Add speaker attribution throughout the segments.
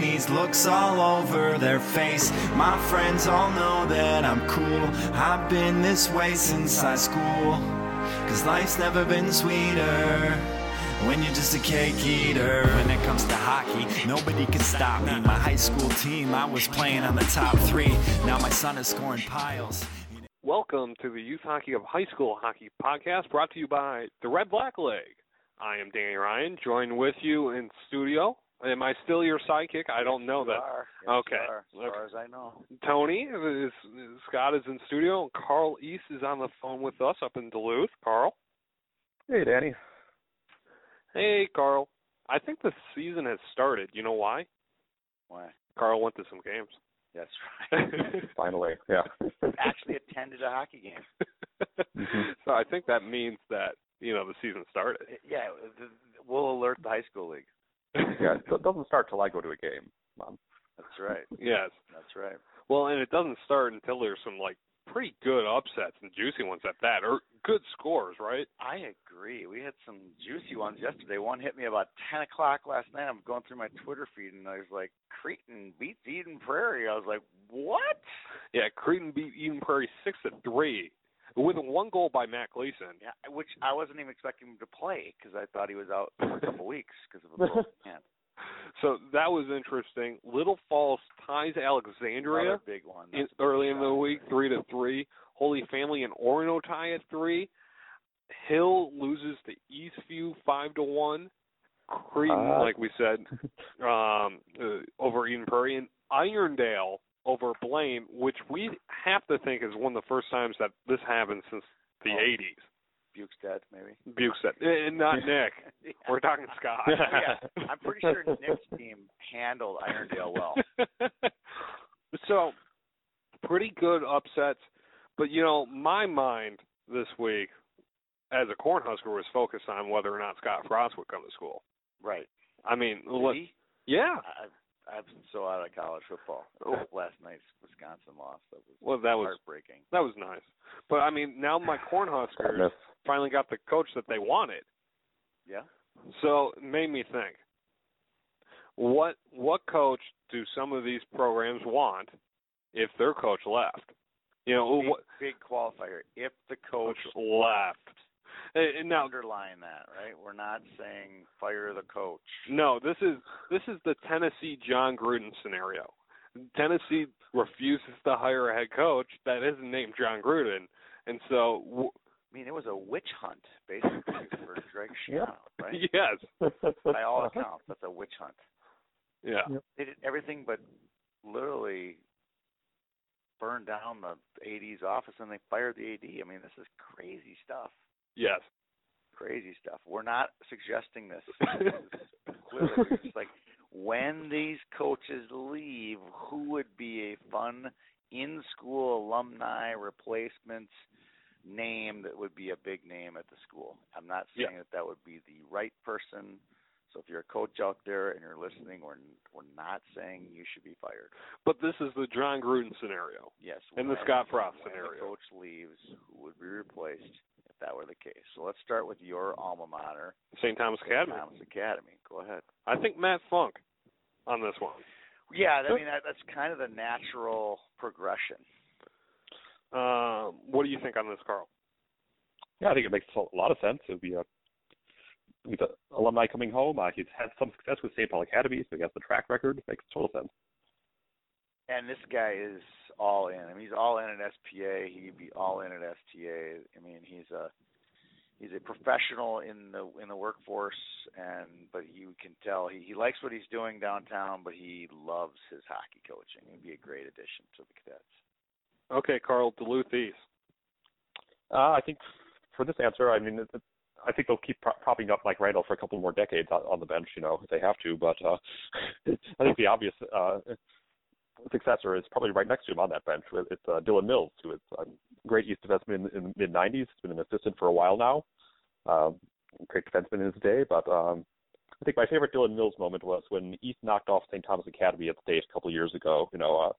Speaker 1: days, looks all over their face. My friends all know that I'm cool. I've been this way since high school. Cause life's never been sweeter. When you're just a cake eater. When it comes to hockey, nobody can stop me. My high school team, I was playing on the top three. Now my son is scoring piles.
Speaker 2: Welcome to the Youth Hockey of High School Hockey podcast brought to you by the Red Black Leg. I am Danny Ryan, joined with you in studio. Am I still your sidekick? I don't know
Speaker 3: You
Speaker 2: that.
Speaker 3: are. Yes,
Speaker 2: Okay.
Speaker 3: you are, as
Speaker 2: Okay.
Speaker 3: far as I know.
Speaker 2: Tony is, is- Scott is in studio, and Carl East is on the phone with us up in Duluth. Carl,
Speaker 4: Hey, Danny.
Speaker 2: hey Carl, I think the season has started. You know why?
Speaker 3: Why?
Speaker 2: Carl went to some games.
Speaker 3: That's right.
Speaker 4: Finally, yeah.
Speaker 3: Actually attended a hockey game.
Speaker 4: Mhm.
Speaker 2: so I think that means that you know the season started.
Speaker 3: Uh, Yeah, th- we'll alert the high school league.
Speaker 4: yeah, it do- doesn't start till I go to a game. Mom.
Speaker 3: That's right.
Speaker 2: yes.
Speaker 3: That's right.
Speaker 2: Well, and it doesn't start until there's some like pretty good upsets and juicy ones at that, or good scores, right?
Speaker 3: I agree. We had some juicy ones yesterday. One hit me about ten o'clock last night. I'm going through my Twitter feed and I was like, Creighton beats Eden Prairie. I was like, What?
Speaker 2: Yeah, Creighton beat Eden Prairie six to three with one goal by Matt Gleason.
Speaker 3: Yeah, which I wasn't even expecting him to play because I thought he was out for a couple weeks because of a broken hand.
Speaker 2: So that was interesting. Little Falls ties Alexandria
Speaker 3: Another big one.
Speaker 2: in,
Speaker 3: That's a big
Speaker 2: early in the
Speaker 3: shot.
Speaker 2: week, three to three. Holy Family and Orono tie at three. Hill loses to Eastview five to one. Creighton,
Speaker 4: Ah.
Speaker 3: Uh.
Speaker 2: like we said, um, uh, over Eden Prairie and Irondale over Blaine, which we have to think is one of the first times that this happened since the
Speaker 3: Oh.
Speaker 2: '80s.
Speaker 3: Bukes dead, maybe.
Speaker 2: Bukestad, and "Eh, not Nick. We're talking Scott.
Speaker 3: yeah, I'm pretty sure Nick's team handled Irondale well.
Speaker 2: so, pretty good upsets. But, you know, my mind this week as a Cornhusker was focused on whether or not Scott Frost would come to school.
Speaker 3: Right.
Speaker 2: I mean, look,
Speaker 3: Lee,
Speaker 2: yeah.
Speaker 3: I, I'm so out of college football. Last night's Wisconsin loss that was
Speaker 2: Well, that was
Speaker 3: heartbreaking.
Speaker 2: that was nice. But I mean, now my Cornhuskers
Speaker 4: Goodness.
Speaker 2: finally got the coach that they wanted.
Speaker 3: Yeah.
Speaker 2: So it made me think. What what coach do some of these programs want if their coach left? You know,
Speaker 3: Big,
Speaker 2: what
Speaker 3: big qualifier. If the coach
Speaker 2: coach left. And- and now,
Speaker 3: underline that, right? We're not saying fire the coach.
Speaker 2: no, this is this is the Tennessee John Gruden scenario. Tennessee refuses to hire a head coach that isn't named John Gruden, and so w-
Speaker 3: I mean, it was a witch hunt basically for Greg
Speaker 4: Yeah.
Speaker 3: Schiano, right?
Speaker 2: yes,
Speaker 3: By all
Speaker 2: Uh-huh.
Speaker 3: accounts, that's a witch hunt.
Speaker 2: yeah,
Speaker 3: They did everything but literally burn down the AD's office and they fired the AD. I mean, this is crazy stuff.
Speaker 2: yes,
Speaker 3: Crazy stuff. We're not suggesting this. This is clearly- we're just like when these coaches leave, who would be a fun in-school alumni replacement name that would be a big name at the school? I'm not
Speaker 2: Yeah.
Speaker 3: saying that that would be the right person. So if you're a coach out there and you're listening, we're we're not saying you should be fired.
Speaker 2: but this is the John Gruden scenario.
Speaker 3: Yes.
Speaker 2: And the
Speaker 3: when-
Speaker 2: Scott Frost
Speaker 3: when the
Speaker 2: scenario.
Speaker 3: coach leaves, who would be replaced if that were the case? So let's start with your alma mater,
Speaker 2: St. Thomas Academy.
Speaker 3: Thomas Academy. Go ahead.
Speaker 2: I think Matt Funk on this one.
Speaker 3: Yeah, I mean that, that's kind of the natural progression.
Speaker 2: Um, what do you think on this, Carl?
Speaker 4: Yeah, I think it makes a lot of sense. It would be a with the alumni coming home. Uh, he's had some success with St. Paul Academy, so he has the track record. Makes total sense.
Speaker 3: And this guy is all in. I mean, he's all in at SPA. He'd be all in at STA. I mean, he's a he's a professional in the in the workforce, and but you can tell he he likes what he's doing downtown, but he loves his hockey coaching. He'd be a great addition to the cadets.
Speaker 2: Okay, Carl, Duluth East.
Speaker 4: Uh, I think for this answer, I mean, it, it, I think they'll keep pro- propping up Mike Randall for a couple more decades on, on the bench, you know, if they have to. But uh, I think the obvious uh, successor is probably right next to him on that bench. It- It's uh, Dylan Mills, who is a great East defenseman in, in the mid 90s. He's been an assistant for a while now. Um, great defenseman in his day. But um, I think my favorite Dylan Mills moment was when East knocked off St. Thomas Academy at the stage a couple years ago. You know, uh,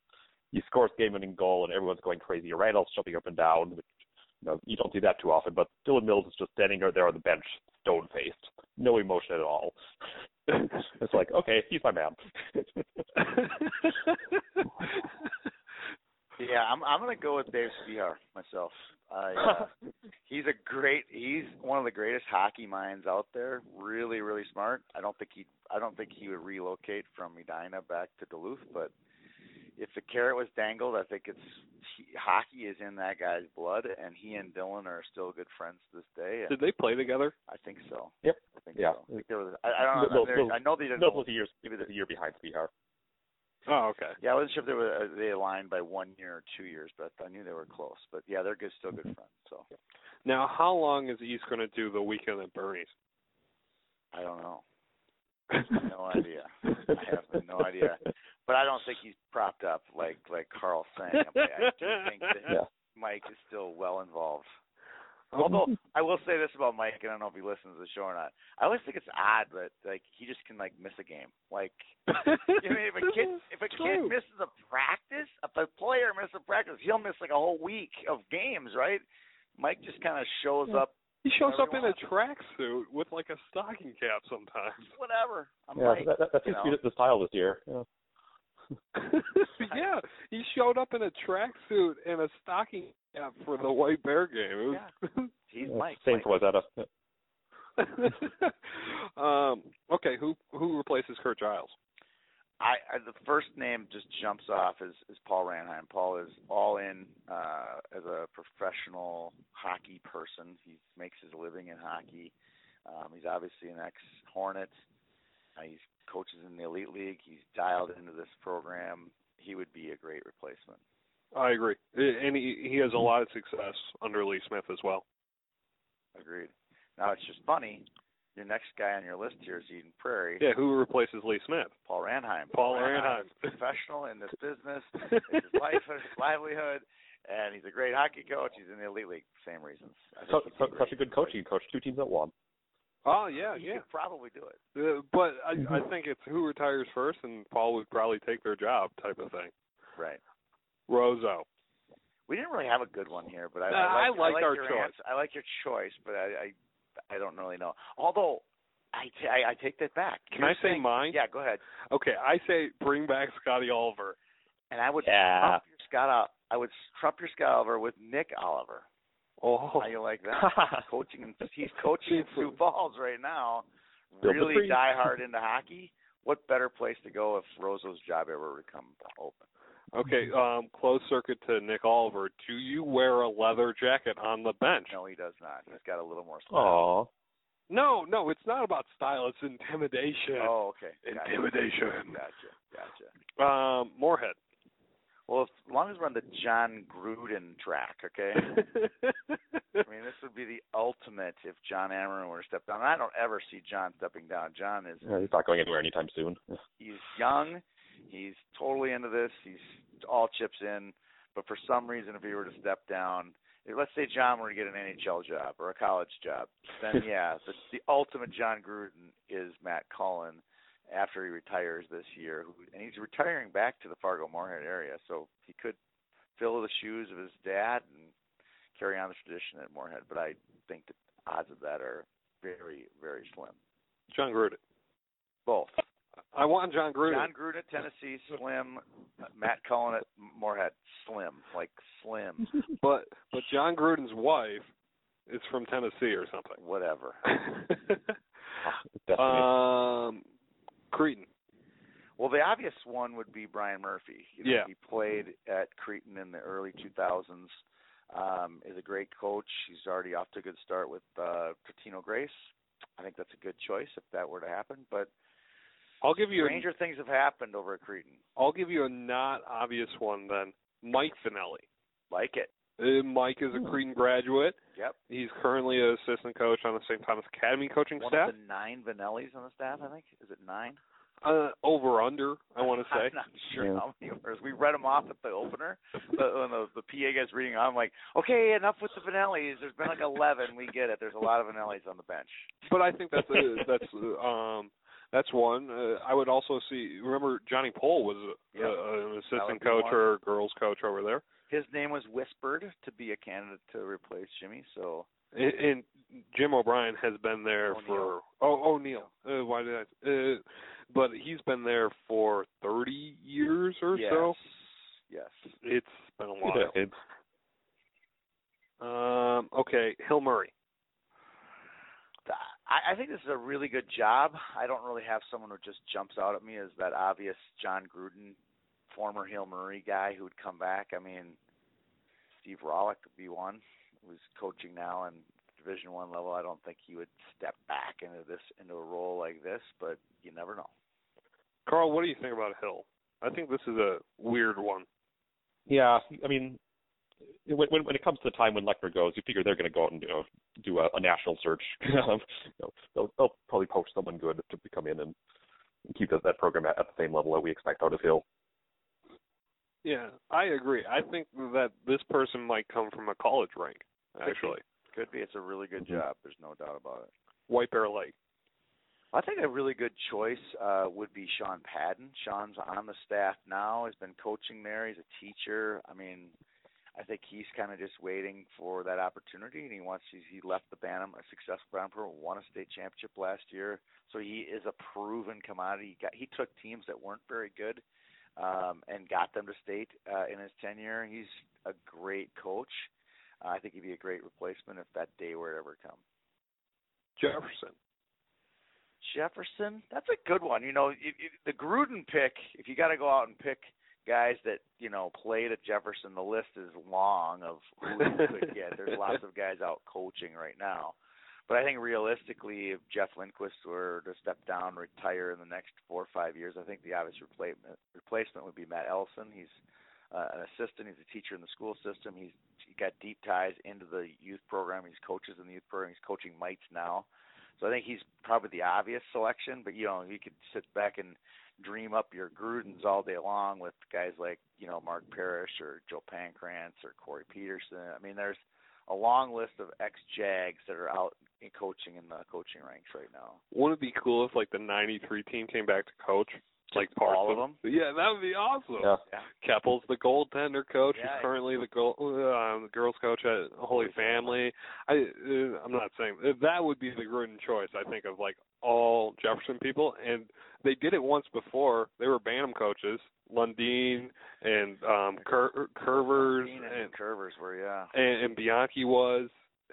Speaker 4: he scores game winning goal, and everyone's going crazy. Randall's jumping up and down, which you know, you don't see that too often, but Dylan Mills is just standing there on the bench, stone faced, no emotion at all. it's like, okay, he's my man.
Speaker 3: Yeah, I'm I'm gonna go with Dave Spihar myself. I, uh, he's a great. He's one of the greatest hockey minds out there. Really, really smart. I don't think he. I don't think he would relocate from Medina back to Duluth. But if the carrot was dangled, I think it's he, hockey is in that guy's blood, and he and Dylan are still good friends to this day. And
Speaker 2: Did they play together?
Speaker 3: I think so.
Speaker 4: Yep.
Speaker 3: I think
Speaker 4: Yeah.
Speaker 3: so. I think there was. I, I don't know.
Speaker 4: Little-
Speaker 3: there's-
Speaker 4: little-
Speaker 3: I know they didn't.
Speaker 4: No, it was a year, it was a year behind Spihar.
Speaker 2: Oh, okay.
Speaker 3: Yeah, I wasn't sure if they were uh, they aligned by one year or two years, but I knew they were close. But yeah, they're good, still good friends. So
Speaker 2: Now, how long is East going to do the weekend at Bernie's?
Speaker 3: I don't know. No idea. I have no idea. But I don't think he's propped up like like Carl saying. I, mean, I do think that
Speaker 4: Yeah.
Speaker 3: Mike is still well involved.
Speaker 2: Um,
Speaker 3: Although I will say this about Mike, and I don't know if he listens to the show or not. I always think it's odd that like he just can like miss a game. Like you know, if a kid if a
Speaker 2: True.
Speaker 3: kid misses a practice, if a player misses a practice, he'll miss like a whole week of games, right? Mike just kind of shows up,
Speaker 2: he shows up in
Speaker 3: everyone-
Speaker 2: a tracksuit with like a stocking cap sometimes.
Speaker 3: whatever. I'm
Speaker 4: yeah,
Speaker 3: like,
Speaker 4: that, that, that
Speaker 3: you
Speaker 4: seems to be
Speaker 3: know.
Speaker 4: the style this year. Yeah.
Speaker 2: yeah, he showed up in a tracksuit and a stocking cap for the White Bear game. It was-
Speaker 3: he's
Speaker 4: Yeah,
Speaker 3: Mike.
Speaker 4: Same
Speaker 3: Mike.
Speaker 4: for Wazetta.
Speaker 2: um, okay, who who replaces Kurt Giles?
Speaker 3: I, I the first name just jumps off is is Paul Ranheim. Paul is all in uh as a professional hockey person. He makes his living in hockey. Um he's obviously an ex Hornet. Uh, he's coaches in the elite league. He's dialed into this program. He would be a great replacement.
Speaker 2: I agree, I- and he he has a lot of success under Lee Smith as well.
Speaker 3: Agreed. Now it's just funny. Your next guy on your list here is Eden Prairie.
Speaker 2: Yeah, who replaces Lee Smith?
Speaker 3: Paul Ranheim.
Speaker 2: Paul
Speaker 3: Ranheim.
Speaker 2: Arenheim.
Speaker 3: professional in this business. It's his life, his livelihood, and he's a great hockey coach. He's in the elite league, same reasons. I think
Speaker 4: Such,
Speaker 3: he'd be
Speaker 4: such,
Speaker 3: great.
Speaker 4: such a good coach. He can coach two teams at one.
Speaker 2: Oh yeah,
Speaker 3: He
Speaker 2: yeah.
Speaker 3: could probably do it.
Speaker 2: Uh, but I, I think it's who retires first, and Paul would probably take their job type of thing.
Speaker 3: Right.
Speaker 2: Roso.
Speaker 3: We didn't really have a good one here, but I,
Speaker 2: Nah,
Speaker 3: I,
Speaker 2: I
Speaker 3: like,
Speaker 2: like our
Speaker 3: your
Speaker 2: choice.
Speaker 3: answer. I like your choice, but I, I, I don't really know. Although, I, t- I, I take that back.
Speaker 2: Can
Speaker 3: You're
Speaker 2: I say
Speaker 3: saying-
Speaker 2: mine?
Speaker 3: Yeah, go ahead.
Speaker 2: Okay, I say bring back Scotty Oliver.
Speaker 3: And I would
Speaker 4: Yeah.
Speaker 3: trump your Scott. Ol- I would trump your Scott Oliver with Nick Oliver.
Speaker 2: Oh,
Speaker 3: How you like that? coaching in he's coaching in Sioux Falls right now.
Speaker 4: Build the
Speaker 3: Really
Speaker 4: Priest.
Speaker 3: die hard into hockey. What better place to go if Roso's job ever would come open?
Speaker 2: okay. Um, closed circuit to Nick Oliver. Do you wear a leather jacket on the bench?
Speaker 3: No, he does not. He's got a little more.
Speaker 2: Oh,
Speaker 3: style.
Speaker 4: Aw.
Speaker 2: No, no, it's not about style. It's intimidation.
Speaker 3: Oh, okay. Gotcha.
Speaker 2: Intimidation.
Speaker 3: Gotcha. Gotcha.
Speaker 2: Um, Moorhead.
Speaker 3: Well, as long as we're on the John Gruden track, okay? I mean, this would be the ultimate if John Amron were to step down. And I don't ever see John stepping down. John is
Speaker 4: Yeah, he's not going anywhere anytime soon.
Speaker 3: he's young, he's totally into this, he's all chips in. But for some reason, if he were to step down, let's say John were to get an NHL job or a college job, then yeah, the, the ultimate John Gruden is Matt Cullen after he retires this year, who, and he's retiring back to the Fargo Moorhead area, so he could fill the shoes of his dad and carry on the tradition at Moorhead. But I think the odds of that are very, very slim.
Speaker 2: John Gruden.
Speaker 3: Both.
Speaker 2: I want John Gruden.
Speaker 3: John Gruden at Tennessee, slim. Matt Cullen at Moorhead, slim. Like slim,
Speaker 2: but but John Gruden's wife is from Tennessee or something.
Speaker 3: whatever. Ah.
Speaker 4: Destiny.
Speaker 3: Uh,
Speaker 2: um, Creighton.
Speaker 3: Well, the obvious one would be Brian Murphy. You know,
Speaker 2: Yeah.
Speaker 3: He played at Creighton in the early 2000s. Um, is a great coach. He's already off to a good start with uh, Totino Grace. I think that's a good choice if that were to happen. But
Speaker 2: I'll give you a,
Speaker 3: stranger things have happened over at Creighton.
Speaker 2: I'll give you a not obvious one then. Mike Finelli.
Speaker 3: Like it.
Speaker 2: Uh, Mike is
Speaker 3: Hmm.
Speaker 2: a Creighton graduate.
Speaker 3: Yep.
Speaker 2: He's currently an assistant coach on the St. Thomas Academy coaching
Speaker 3: One
Speaker 2: staff.
Speaker 3: of the nine Vanellis on the staff, I think. Is it nine?
Speaker 2: Uh, over under, I want to
Speaker 3: I'm
Speaker 2: say.
Speaker 3: not sure
Speaker 4: Yeah.
Speaker 3: how many were. We read them off at the opener. But when the, the PA guy's reading, I'm like, okay, enough with the Vanellis. There's been like 11. We get it. There's a lot of Vanellis on the bench.
Speaker 2: But I think that's a, that's uh, um that's one. Uh, I would also see. Remember, Johnny Pohl was a,
Speaker 3: Yeah.
Speaker 2: a, an
Speaker 3: would
Speaker 2: assistant
Speaker 3: be
Speaker 2: coach
Speaker 3: one.
Speaker 2: or girls coach over there.
Speaker 3: His name was whispered to be a candidate to replace Jimmy. So
Speaker 2: And, and Jim O'Brien has been there
Speaker 3: O'Neal.
Speaker 2: for oh O'Neill. Uh, why did I? Uh, but he's been there for thirty years or
Speaker 3: yes.
Speaker 2: so.
Speaker 3: Yes.
Speaker 2: It's been a while.
Speaker 4: Yeah, it's
Speaker 2: Um, okay, Hill Murray.
Speaker 3: Th- I, I think this is a really good job. I don't really have someone who just jumps out at me as that obvious John Gruden, former Hill Murray guy who would come back. I mean, Steve Rollick would be one who's coaching now in Division One level. I don't think he would step back into this into a role like this, but you never know.
Speaker 2: Carl, what do you think about Hill? I think this is a weird one.
Speaker 4: yeah. I mean, when when when it comes to the time when Lechner goes, you figure they're going to go out and you know, do a, a national search. you know, they'll, they'll probably poach someone good to come in and keep that, that program at, at the same level that we expect out of Hill.
Speaker 2: Yeah, I agree. I think that this person might come from a college rank, actually.
Speaker 3: Could be. It's a really good
Speaker 4: Mhm.
Speaker 3: job. There's no doubt about it.
Speaker 2: White Bear Lake.
Speaker 3: I think a really good choice uh, would be Sean Padden. Sean's on the staff now. He's been coaching there. He's a teacher. I mean, I think he's kind of just waiting for that opportunity, and he wants. He's, he left the Bantam a successful Bantam program, won a state championship last year, so he is a proven commodity. He, got, he took teams that weren't very good um, and got them to state uh, in his tenure. He's a great coach. Uh, I think he'd be a great replacement if that day were to ever come.
Speaker 2: Jefferson.
Speaker 3: Jefferson, that's a good one. You know, if, if the Gruden pick, if you got to go out and pick guys that you know played at Jefferson, the list is long of who you could get. There's lots of guys out coaching right now, but I think realistically, if Jeff Lindquist were to step down, retire in the next four or five years, I think the obvious replacement replacement would be Matt Ellison. He's uh, an assistant. He's a teacher in the school system. He's he got deep ties into the youth program. He's coaches in the youth program. He's coaching mites now. So I think he's probably the obvious selection, but you know, you could sit back and dream up your Grudens all day long with guys like, you know, Mark Parrish or Joe Pancrantz or Corey Peterson. I mean, there's a long list of ex Jags that are out in coaching in the coaching ranks right now.
Speaker 2: Wouldn't it be cool if like the '93 team came back to coach, like parts
Speaker 3: all of
Speaker 2: Yeah, that would be awesome.
Speaker 4: Yeah.
Speaker 2: Keppel's the goaltender coach.
Speaker 3: Yeah.
Speaker 2: He's currently the goal, uh, the girls coach at Holy Family. I, uh, I'm not saying that would be the Gruden choice. I think of like all Jefferson people, and they did it once before. They were Bantam coaches, Lundeen and um Cur- Curvers,
Speaker 3: Dean
Speaker 2: and,
Speaker 3: and Curvers were, yeah.
Speaker 2: and, and Bianchi was.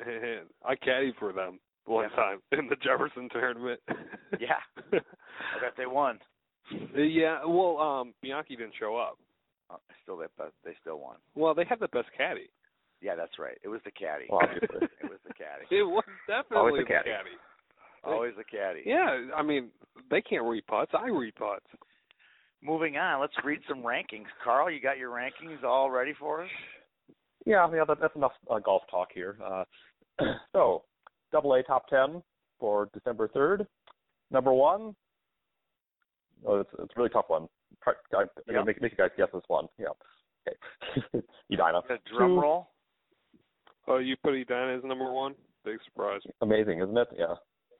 Speaker 2: And I caddied for them one
Speaker 3: Yeah.
Speaker 2: time in the Jefferson tournament.
Speaker 3: Yeah, I bet they won.
Speaker 2: yeah. Well, um Bianchi didn't show up.
Speaker 3: Uh, still, they but they still won.
Speaker 2: Well, they had the best caddy.
Speaker 3: Yeah, that's right. It was the caddy.
Speaker 4: Well, obviously.
Speaker 3: it was the caddy.
Speaker 2: It was
Speaker 4: Always
Speaker 2: definitely
Speaker 4: the
Speaker 2: the caddy.
Speaker 4: caddy.
Speaker 3: Always the caddy.
Speaker 2: Yeah, I mean, they can't read putts. I read putts.
Speaker 3: Moving on, let's read some rankings. Carl, you got your rankings all ready for us?
Speaker 4: Yeah, yeah, that, that's enough uh, golf talk here. Uh, so, double A top 10 for December 3rd. Number one, oh, it's, it's a really tough one. Try- I, I'm
Speaker 3: Yeah.
Speaker 4: gonna make, make you guys guess this one. Yeah. Okay. Edina.
Speaker 3: The drum
Speaker 4: Two.
Speaker 3: roll.
Speaker 2: Oh, you put Edina as number one? Big surprise.
Speaker 4: Amazing, isn't it? Yeah.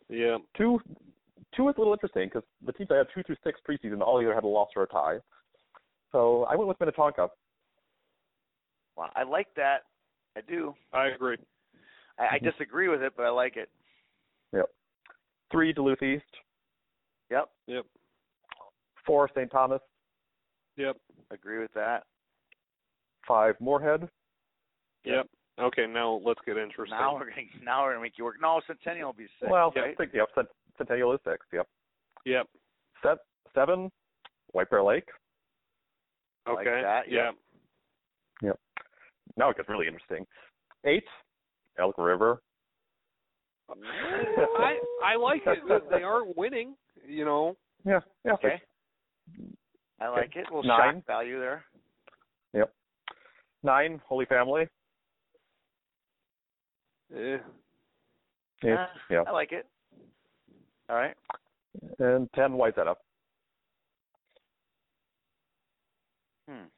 Speaker 2: Yeah.
Speaker 4: Two, two is a little interesting because the teams that had two through six preseason all either had a loss or a tie. So I went with Minnetonka.
Speaker 3: Wow, I like that. I do.
Speaker 2: I agree.
Speaker 3: I,
Speaker 4: Mm-hmm.
Speaker 3: I disagree with it, but I like it.
Speaker 4: Three, Duluth East.
Speaker 3: Yep,
Speaker 2: Yep.
Speaker 4: Four, St. Thomas.
Speaker 2: Yep.
Speaker 3: agree with that.
Speaker 4: Five, Moorhead.
Speaker 2: Yep. Okay, now let's get interesting.
Speaker 3: Now we're gonna now we're gonna make you work. No, Centennial will be six.
Speaker 4: well,
Speaker 3: right?
Speaker 4: six, yep. Cent- Centennial is six. Yep.
Speaker 2: Yep.
Speaker 4: Set seven, White Bear Lake.
Speaker 2: Okay.
Speaker 3: Like that,
Speaker 2: yeah.
Speaker 3: yep.
Speaker 4: Now it gets really interesting. Eight, Elk River.
Speaker 2: I I like it. that They aren't winning, you know.
Speaker 4: Yeah, yeah.
Speaker 3: okay. I like it. A little
Speaker 4: Nine.
Speaker 3: shock value there.
Speaker 4: Nine, Holy Family.
Speaker 2: Eh.
Speaker 4: Eight,
Speaker 3: Ah,
Speaker 4: yeah.
Speaker 3: I like it. All right. oh.
Speaker 4: And ten, Wayzata.
Speaker 3: Hmm.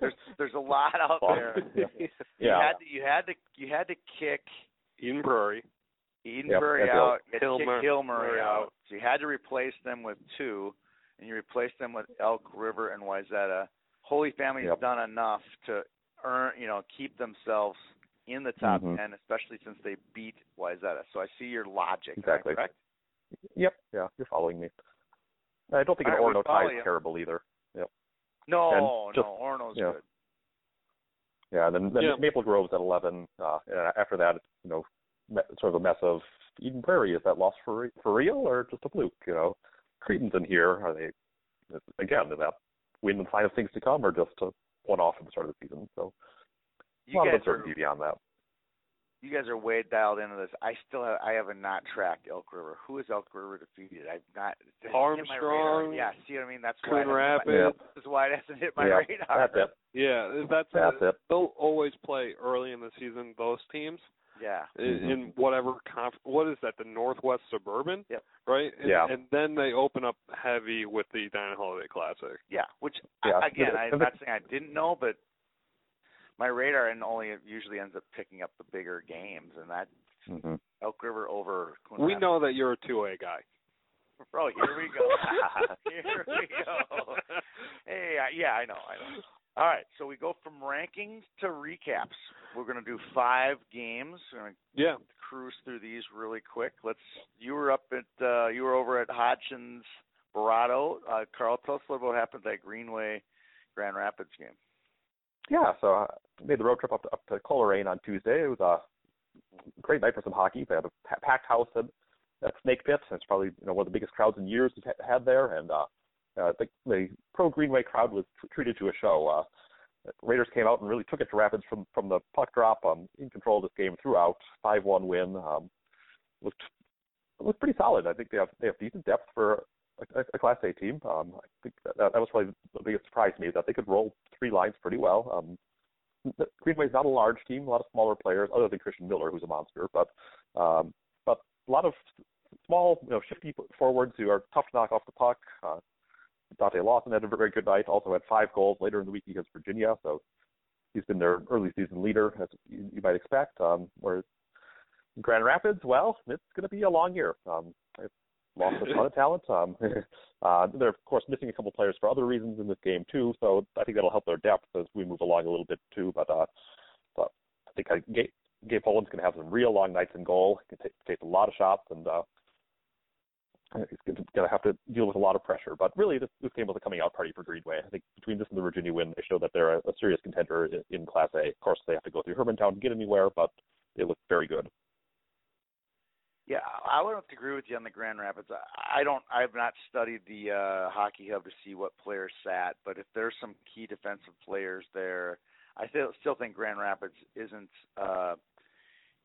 Speaker 3: There's there's a lot out
Speaker 4: Well,
Speaker 3: there.
Speaker 4: yeah.
Speaker 2: Eh.
Speaker 3: You
Speaker 4: Yeah.
Speaker 3: had to you had to you had to kick
Speaker 2: Eden Prairie.
Speaker 4: Yep,
Speaker 3: Edenbury
Speaker 4: that's
Speaker 3: out,
Speaker 2: it.
Speaker 3: you had to
Speaker 2: Hilmer-
Speaker 3: kick Hilmer
Speaker 2: Murray
Speaker 3: out.
Speaker 2: out.
Speaker 3: So you had to replace them with two, and you replaced them with Elk River and Wyzetta. Holy Family's
Speaker 4: Yep.
Speaker 3: done enough to earn, you know, keep themselves in the top
Speaker 4: Mhm.
Speaker 3: ten, especially since they beat Wyzetta. So I see your logic. Am I
Speaker 4: Exactly.
Speaker 3: correct?
Speaker 4: Yep. Yeah, you're following me. I don't think
Speaker 3: All
Speaker 4: an
Speaker 3: right, we
Speaker 4: Orono
Speaker 3: follow
Speaker 4: tie is
Speaker 3: you.
Speaker 4: terrible either.
Speaker 3: No,
Speaker 4: And just-
Speaker 3: no, Orno's
Speaker 4: yeah.
Speaker 3: good.
Speaker 4: Yeah, and then, then
Speaker 2: Yeah.
Speaker 4: Maple Grove's at eleven. Uh, and after that, it's, you know, me- sort of a mess of Eden Prairie. Is that lost for re- for real or just a fluke? You know, Creedon's in here. Are they again? Is that win and sign of things to come, or just a one off at the start of the season? So a
Speaker 3: You
Speaker 4: lot of
Speaker 3: guys are
Speaker 4: uncertainty beyond that.
Speaker 3: you guys are way dialed into this. I still have I have not tracked Elk River. Who has Elk River defeated? I've not it's hit my radar.
Speaker 2: Armstrong,
Speaker 3: Yeah, see what I mean? That's why it
Speaker 2: Coon
Speaker 3: hasn't-
Speaker 2: Rapids.
Speaker 3: This is why it hasn't hit my
Speaker 4: Yeah,
Speaker 3: radar.
Speaker 4: That's it.
Speaker 2: Yeah, that's
Speaker 4: That's it.
Speaker 2: they'll always play early in the season those teams
Speaker 3: Yeah.
Speaker 2: in,
Speaker 4: Mhm.
Speaker 2: in whatever conf- what is that the Northwest Suburban,
Speaker 3: Yep.
Speaker 2: right? And,
Speaker 4: Yeah.
Speaker 2: and then they open up heavy with the Diana Holiday Classic.
Speaker 3: Yeah. Which
Speaker 4: Yeah.
Speaker 3: I, again I
Speaker 4: But-
Speaker 3: am not saying I didn't know, but my radar and only usually ends up picking up the bigger games and that
Speaker 4: hmm
Speaker 3: Elk River over Coon
Speaker 2: We
Speaker 3: Rapids.
Speaker 2: know that you're a two A guy.
Speaker 3: Oh, here we go. here we go. Hey, I, yeah, I know, I know. All right, so we go from rankings to recaps. We're gonna do five games. We're gonna
Speaker 2: Yeah,
Speaker 3: cruise through these really quick. Let's. You were up at. Uh, you were over at Hodgson's Barado. Uh, Carl, tell us a little bit what happened at that Greenway Grand Rapids game.
Speaker 4: yeah, so I made the road trip up to, up to Coleraine on Tuesday. It was a great night for some hockey. They had a pa- packed house at, at Snake Pit. It's probably you know one of the biggest crowds in years we've ha- had there, and uh, uh, the, the pro Greenway crowd was tr- treated to a show. Uh, Raiders came out and really took it to Rapids from from the puck drop. Um, in control of this game throughout. Five one win. Um, looked looked pretty solid. I think they have they have decent depth for a, a, a Class A team. Um, I think that, that was probably the biggest surprise to me is that they could roll three lines pretty well. Um, the- Greenway's not a large team, a lot of smaller players, other than Christian Miller, who's a monster, but um, but a lot of s- small, you know, shifty p- forwards who are tough to knock off the puck. Uh, Dante Lawson had a very good night. Also had five goals later in the week against Virginia, so he's been their early season leader, as you, you might expect. Um, whereas Grand Rapids, well, it's going to be a long year. Um, they've lost a ton of talent. Um, uh, they're of course missing a couple players for other reasons in this game too, so I think that'll help their depth as we move along a little bit too. But uh, but I think I, Gabe, Gabe Poland's going to have some real long nights in goal. He can take, take a lot of shots and. Uh, I think He's going to have to deal with a lot of pressure, but really, this, this game was a coming out party for Greenway. I think between this and the Virginia win, they show that they're a, a serious contender in, in Class A. Of course, they have to go through Hermantown to get anywhere, but they look very good.
Speaker 3: Yeah, I I would have to agree with you on the Grand Rapids. I I don't. I have not studied the uh, hockey hub to see what players sat, but if there's some key defensive players there, I still still think Grand Rapids isn't uh,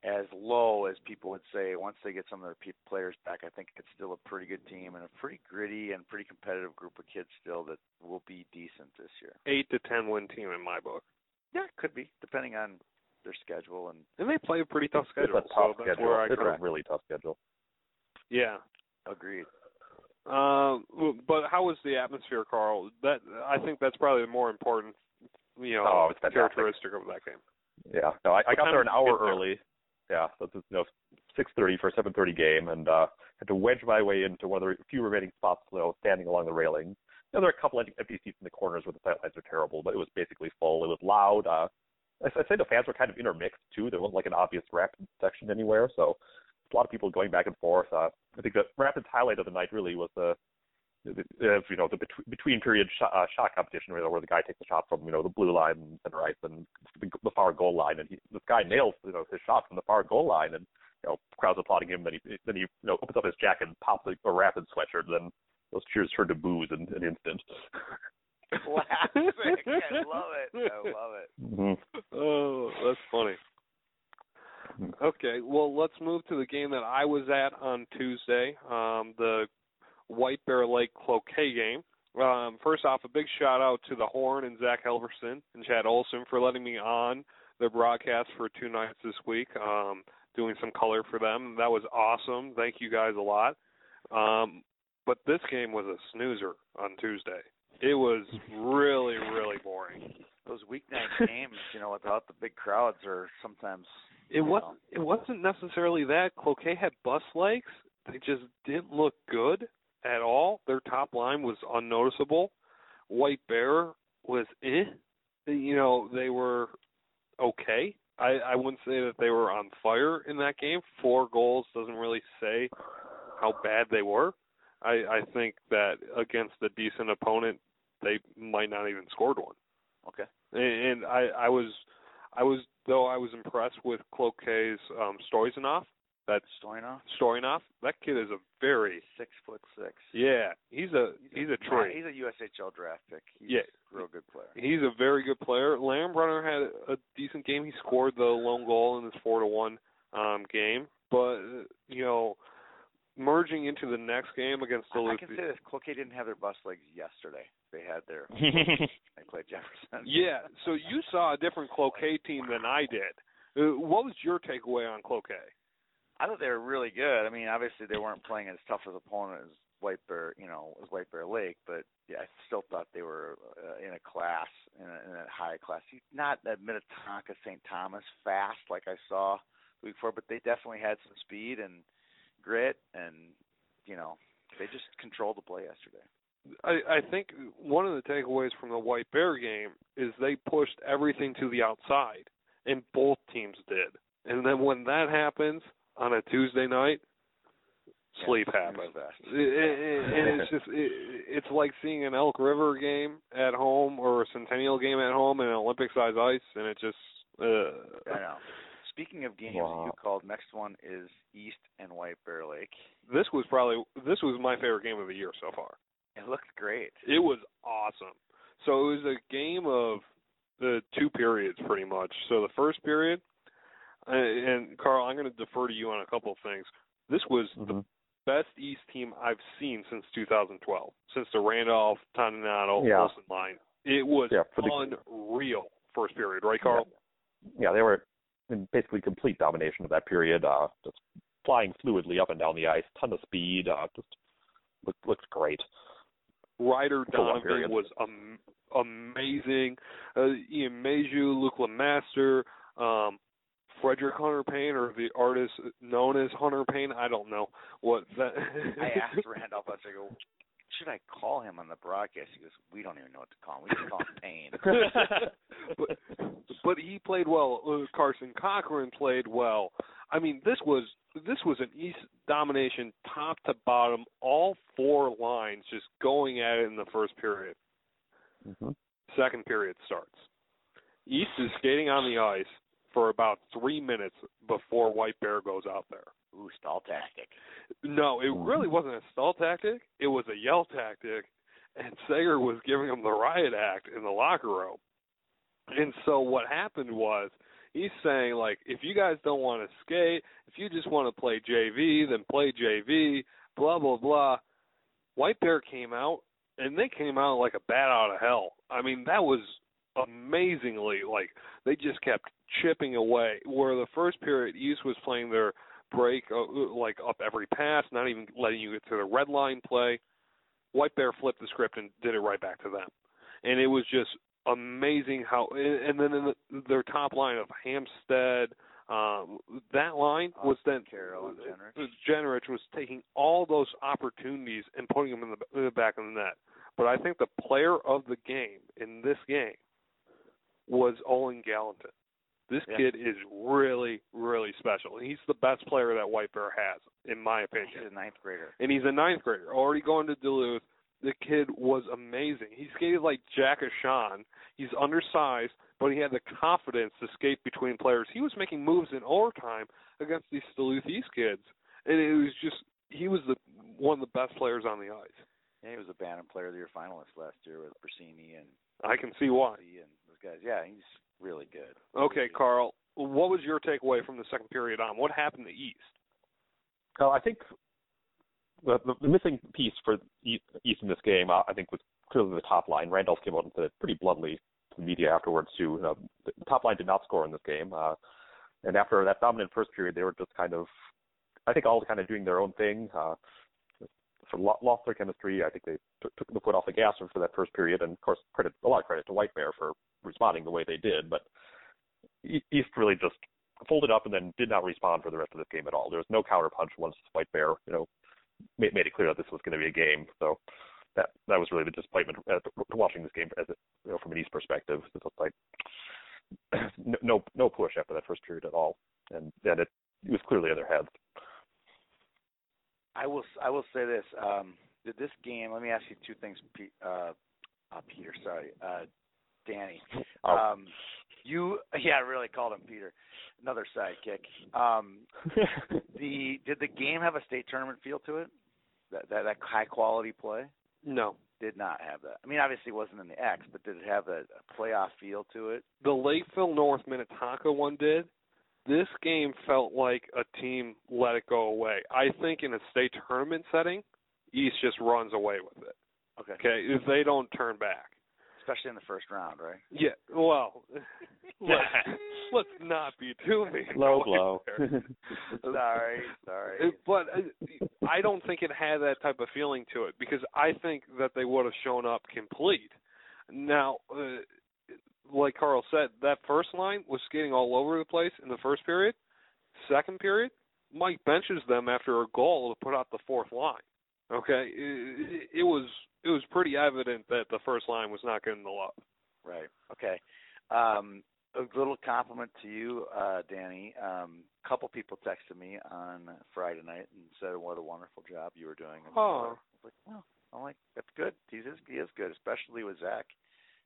Speaker 3: as low as people would say. Once they get some of their pe- players back, I think it's still a pretty good team and a pretty gritty and pretty competitive group of kids still that will be decent this year.
Speaker 2: eight to ten win team in my book,
Speaker 3: Yeah, could be depending on their schedule and
Speaker 2: and they play a pretty tough
Speaker 4: It's
Speaker 2: schedule.
Speaker 4: a tough
Speaker 2: so that's
Speaker 4: schedule.
Speaker 2: where I
Speaker 4: it's
Speaker 2: correct.
Speaker 4: a really tough schedule.
Speaker 2: Yeah.
Speaker 3: agreed.
Speaker 2: Um, but how was the atmosphere, Carl? That I think that's probably the more important, you know,
Speaker 4: Oh, it's fantastic.
Speaker 2: characteristic of that game.
Speaker 4: Yeah. No, I, I
Speaker 2: What
Speaker 4: got
Speaker 2: time
Speaker 4: there an
Speaker 2: did you
Speaker 4: hour
Speaker 2: get there?
Speaker 4: early. Yeah, so it's you know six thirty for a seven thirty game, and uh had to wedge my way into one of the few remaining spots, you know, standing along the railing. You know, there are a couple empty- empty seats in the corners where the sightlines are terrible, but it was basically full. It was loud. Uh, I- I'd say the fans were kind of intermixed too. There wasn't like an obvious rapid section anywhere, so a lot of people going back and forth. Uh, I think the Rapids highlight of the night really was the, the the- you know the between, between period shot, uh, shot competition where, where the guy takes the shot from you know the blue line and center ice and the, the far goal line, and he, this guy nails you know his shot from the far goal line, and you know crowds applauding him. Then he then he you know opens up his jacket and pops a, a Rapids sweatshirt, and then those cheers turn to boos in an instant.
Speaker 3: Classic. I love it. I love it.
Speaker 4: Mm-hmm.
Speaker 2: Oh, that's funny. Okay, well, let's move to the game that I was at on Tuesday, um, the White Bear Lake Cloquet game. Um, first off, a big shout out to the Horn and Zach Helverson and Chad Olson for letting me on their broadcast for two nights this week, um, doing some color for them. That was awesome. Thank you guys a lot. Um, but this game was a snoozer on Tuesday. It was really, really boring.
Speaker 3: those weeknight games, you know, without the big crowds are sometimes
Speaker 2: It wasn't. It wasn't necessarily that Cloquet had bus legs. They just didn't look good at all. Their top line was unnoticeable. White Bear was eh. You know they were okay. I I wouldn't say that they were on fire in that game. Four goals doesn't really say how bad they were. I I think that against a decent opponent, they might not even scored one.
Speaker 3: Okay.
Speaker 2: And, and I I was I was though I was impressed with Cloquet's um Stoyanov. That's
Speaker 3: Stoyanov,
Speaker 2: Stoyanov. That kid is a very
Speaker 3: six foot six.
Speaker 2: yeah. He's a he's a
Speaker 3: ma-
Speaker 2: tree.
Speaker 3: He's a USHL draft pick. He's
Speaker 2: Yeah.
Speaker 3: a real good player.
Speaker 2: He's a very good player. Lamb Runner had a decent game. He scored the lone goal in this four to one um game. But you know, merging into the next game against
Speaker 3: I, I
Speaker 2: Duluth.
Speaker 3: can say this: Cloquet didn't have their bus legs yesterday. They had their. They played Jefferson.
Speaker 2: Yeah, so you saw a different Cloquet team than I did. Uh, What was your takeaway on Cloquet?
Speaker 3: I thought they were really good. I mean, obviously they weren't playing as tough as opponent as White Bear, you know, as White Bear Lake, but yeah, I still thought they were uh, in a class, in a, in a high class. He's not that Minnetonka St. Thomas fast like I saw the week before, but they definitely had some speed and grit, and you know, they just controlled the play yesterday.
Speaker 2: I, I think one of the takeaways from the White Bear game is they pushed everything to the outside, and both teams did. And then when that happens on a Tuesday night,
Speaker 3: Yeah,
Speaker 2: sleep
Speaker 3: it was
Speaker 2: happens.
Speaker 3: fast.
Speaker 2: It- it- it- and it's just it, it's like seeing an Elk River game at home or a Centennial game at home and an Olympic size ice, and it just
Speaker 3: I
Speaker 2: uh,
Speaker 3: know. Speaking of games,
Speaker 4: Wow.
Speaker 3: you called next one is East and White Bear Lake.
Speaker 2: this was probably this was my favorite game of the year so far.
Speaker 3: It looked great.
Speaker 2: It was awesome. So it was a game of the two periods, pretty much. So the first period, uh, and Carl, I'm going to defer to you on a couple of things. This was
Speaker 4: Mhm.
Speaker 2: best East team I've seen since 2012, since the Randolph, Toninato,
Speaker 4: Yeah.
Speaker 2: Wilson line. It was
Speaker 4: Yeah, for the-
Speaker 2: unreal first period, right, Carl?
Speaker 4: yeah, they were in basically complete domination of that period. Uh, just flying fluidly up and down the ice, ton of speed. Uh, just looked looked great.
Speaker 2: Ryder
Speaker 4: For one
Speaker 2: Donovan
Speaker 4: period.
Speaker 2: was am- amazing. Uh, Ian Meju, Luke Lamaster, um, Frederick Hunter Payne, or the artist known as Hunter Payne. I don't know what that.
Speaker 3: I asked Randolph, I was like, "Oh, should I call him on the broadcast? He goes, we don't even know what to call him. We just call him Pain.
Speaker 2: but, but he played well. Uh, Carson Cochran played well. I mean, this was this was an East domination, top to bottom, all four lines just going at it in the first period.
Speaker 4: hmm
Speaker 2: second period starts. East is skating on the ice for about three minutes before White Bear goes out there.
Speaker 3: Ooh, stall tactic.
Speaker 2: No, it really wasn't a stall tactic. It was a yell tactic, and Sager was giving him the riot act in the locker room. And so what happened was he's saying like, if you guys don't want to skate, if you just want to play JV, then play JV. Blah blah blah. White Bear came out, and they came out like a bat out of hell. I mean, that was amazingly like they just kept chipping away. Where the first period, East was playing their break uh, like up every pass, not even letting you get to the red line play. White Bear flipped the script and did it right back to them, and it was just amazing how. And and then in the, their top line of Hampstead, um, that line was then
Speaker 3: Uh,
Speaker 2: uh,
Speaker 3: Carroll and Jenrich.
Speaker 2: Jenrich was taking all those opportunities and putting them in the, in the back of the net. But I think the player of the game in this game was Olin Gallatin. This
Speaker 3: Yeah.
Speaker 2: kid is really, really special. He's the best player that White Bear has, in my
Speaker 3: He's
Speaker 2: opinion.
Speaker 3: a ninth grader.
Speaker 2: And he's a ninth grader, already going to Duluth. The kid was amazing. He skated like Jack Ashan. He's undersized, but he had the confidence to skate between players. He was making moves in overtime against these Duluth East kids, and it was just he was the one of the best players on the ice.
Speaker 3: Yeah, he was a Bantam Player of the Year finalist last year with Bersini and
Speaker 2: I can see why.
Speaker 3: Lee and those guys. Yeah, he's really good.
Speaker 2: Okay, Carl, what was your takeaway from the second period on? What happened to East?
Speaker 4: Uh, I think the, the, the missing piece for E- East in this game, uh, I think, was clearly the top line. Randolph came out and said it pretty bluntly to the media afterwards, too. You know, the top line did not score in this game. Uh, and after that dominant first period, they were just kind of, I think, all kind of doing their own thing. Uh, sort of lo- lost their chemistry. I think they took took the foot off the gas for that first period. And, of course, credit a lot of credit to White Bear for responding the way they did. But E- East really just folded up and then did not respond for the rest of this game at all. There was no counterpunch once White Bear, you know, made, made it clear that this was going to be a game. So that that was really the disappointment uh, watching this game as it, you know, from an East perspective. It was like no- no no push after that first period at all, and and it, it was clearly in their heads.
Speaker 3: I will. s- I will say this. Um, th- this game. Let me ask you two things, Pete. Uh, uh, Peter, sorry, uh, Danny.
Speaker 4: Oh.
Speaker 3: Um, you, yeah, I really called him Peter. Another sidekick. Um, the did the game have a state tournament feel to it? That that, that high quality play
Speaker 2: No,
Speaker 3: did not have that. I mean, obviously it wasn't in the X, but did it have a, a playoff feel to it?
Speaker 2: the Lakeville North Minnetonka one did. This game felt like a team let it go away. I think in a state tournament setting, East just runs away with it.
Speaker 3: Okay,
Speaker 2: Okay, if they don't turn back.
Speaker 3: especially in the first round, right?
Speaker 2: Yeah, well, let's, let's not be too mean.
Speaker 4: Low blow.
Speaker 3: Sorry, sorry.
Speaker 2: It- But uh, I don't think it had that type of feeling to it because I think that they would have shown up complete. Now, uh, like Carl said, that first line was skating all over the place in the first period. Second period, Mike benches them after a goal to put out the fourth line. Okay, it, it was it was pretty evident that the first line was not getting the love.
Speaker 3: Right. Okay. Um, a little compliment to you, uh, Danny. Um, a couple people texted me on Friday night and said what a wonderful job you were doing. And so I was
Speaker 2: Oh,
Speaker 3: like, well, I'm like, that's good. He is, he is good, especially with Zach.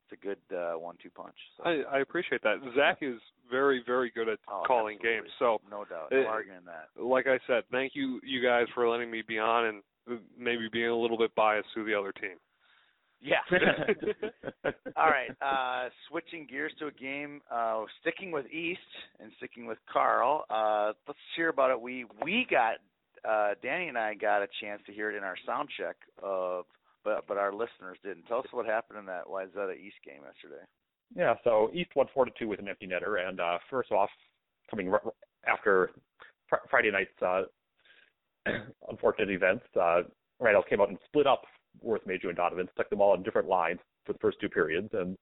Speaker 3: It's a good uh, one-two punch. So,
Speaker 2: I, I appreciate that. Zach is very very good at
Speaker 3: Oh,
Speaker 2: calling
Speaker 3: absolutely.
Speaker 2: games, so
Speaker 3: no doubt.
Speaker 2: Uh,
Speaker 3: no arguing that.
Speaker 2: like I said, thank you you guys for letting me be on and uh, maybe being a little bit biased to the other team.
Speaker 3: Yeah. All right. Uh, switching gears to a game, uh, sticking with East and sticking with Carl. Uh, let's hear about it. We we got uh, Danny and I got a chance to hear it in our sound check of, but but our listeners didn't. Tell us what happened in that Wayzata East game yesterday.
Speaker 4: Yeah, so East won four to two with an empty netter, and uh, first off, coming r- after fr- Friday night's uh, unfortunate events, uh, Randall came out and split up Worth, Major, and Donovan, stuck them all on different lines for the first two periods, and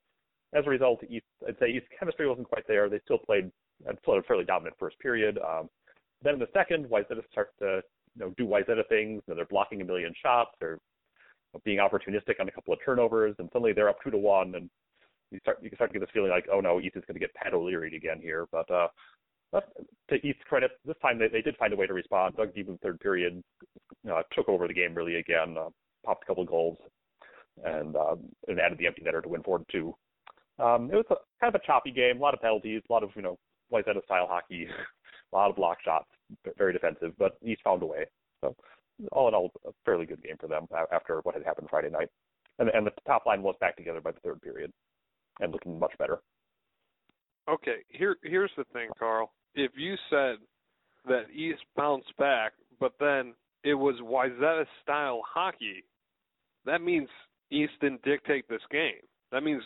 Speaker 4: as a result, East I'd say East chemistry wasn't quite there. They still played had played a fairly dominant first period. Um, then in the second, Wayzata starts to you know do Wayzata things. You know, they're blocking a million shots, they're being opportunistic on a couple of turnovers, and suddenly they're up two to one, and you start you start to get this feeling like, oh no, East is going to get Pat O'Leary again here. But uh, but to East's credit, this time they, they did find a way to respond. Doug Deep in the third period uh, took over the game really again, uh, popped a couple of goals, and uh, and added the empty netter to win four to two. Um, it was a, kind of a choppy game, a lot of penalties, a lot of you know Wayzata style hockey, a lot of block shots, v- very defensive, but East found a way. So all in all, a fairly good game for them a- after what had happened Friday night. And, and the top line was back together by the third period and looking much better.
Speaker 2: Okay, here here's the thing, Carl. If you said that East bounced back, but then it was Wyzetta style hockey, that means East didn't dictate this game. That means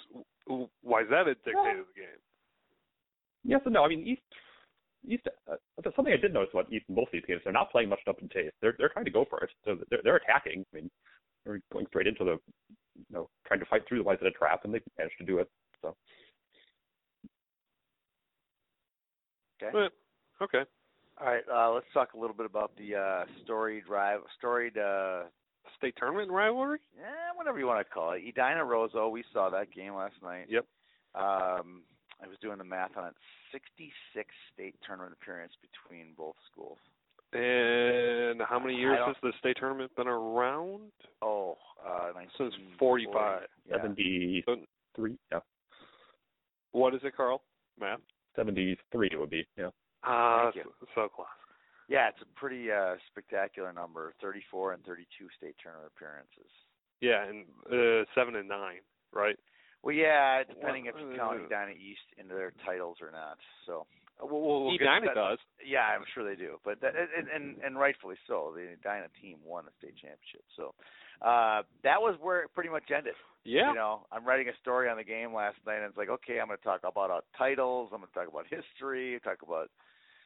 Speaker 2: W- Wyzetta dictated the game.
Speaker 4: Yes and no. I mean, East, East. Uh, there's something I did notice about East and both these games. They're not playing much up in taste. They're they're trying to go for it. So they're they're attacking. I mean, they're going straight into the, you know, trying to fight through the wise a trap, and they managed to do it. So
Speaker 3: Okay.
Speaker 2: Eh, Okay.
Speaker 3: All right. Uh, let's talk a little bit about the uh, storied rival, storied uh,
Speaker 2: State tournament rivalry?
Speaker 3: eh, whatever you want to call it. Edina Roseau, we saw that game last night.
Speaker 2: Yep.
Speaker 3: Um, I was doing the math on it. 66 state tournament appearance between both schools.
Speaker 2: And how many
Speaker 3: I
Speaker 2: years
Speaker 3: don't-
Speaker 2: has the state tournament been around?
Speaker 3: Oh, uh,
Speaker 2: Since
Speaker 3: 1940.
Speaker 2: 45.
Speaker 3: Yeah.
Speaker 4: seventy three. Yeah,
Speaker 2: What is it, Carl? Math?
Speaker 4: seventy three would be. Yeah.
Speaker 2: Ah,
Speaker 3: Thank you.
Speaker 2: so- so close.
Speaker 3: Yeah, it's a pretty uh, spectacular number 34 and 32 state tournament appearances.
Speaker 2: Yeah, and uh, seven and nine, right?
Speaker 3: Well, yeah, depending if you count
Speaker 2: Uh,
Speaker 3: Edina East into their titles or not. So, uh, we'll, we'll, we'll get to
Speaker 2: Edina
Speaker 3: that-
Speaker 2: does.
Speaker 3: Yeah, I'm sure they do, but that,
Speaker 2: Mm-hmm.
Speaker 3: and, and and rightfully so. The Edina team won the state championship, so uh, that was where it pretty much ended.
Speaker 2: Yeah.
Speaker 3: You know, I'm writing a story on the game last night, and it's like, okay, I'm going to talk about uh, titles, I'm going to talk about history, talk about.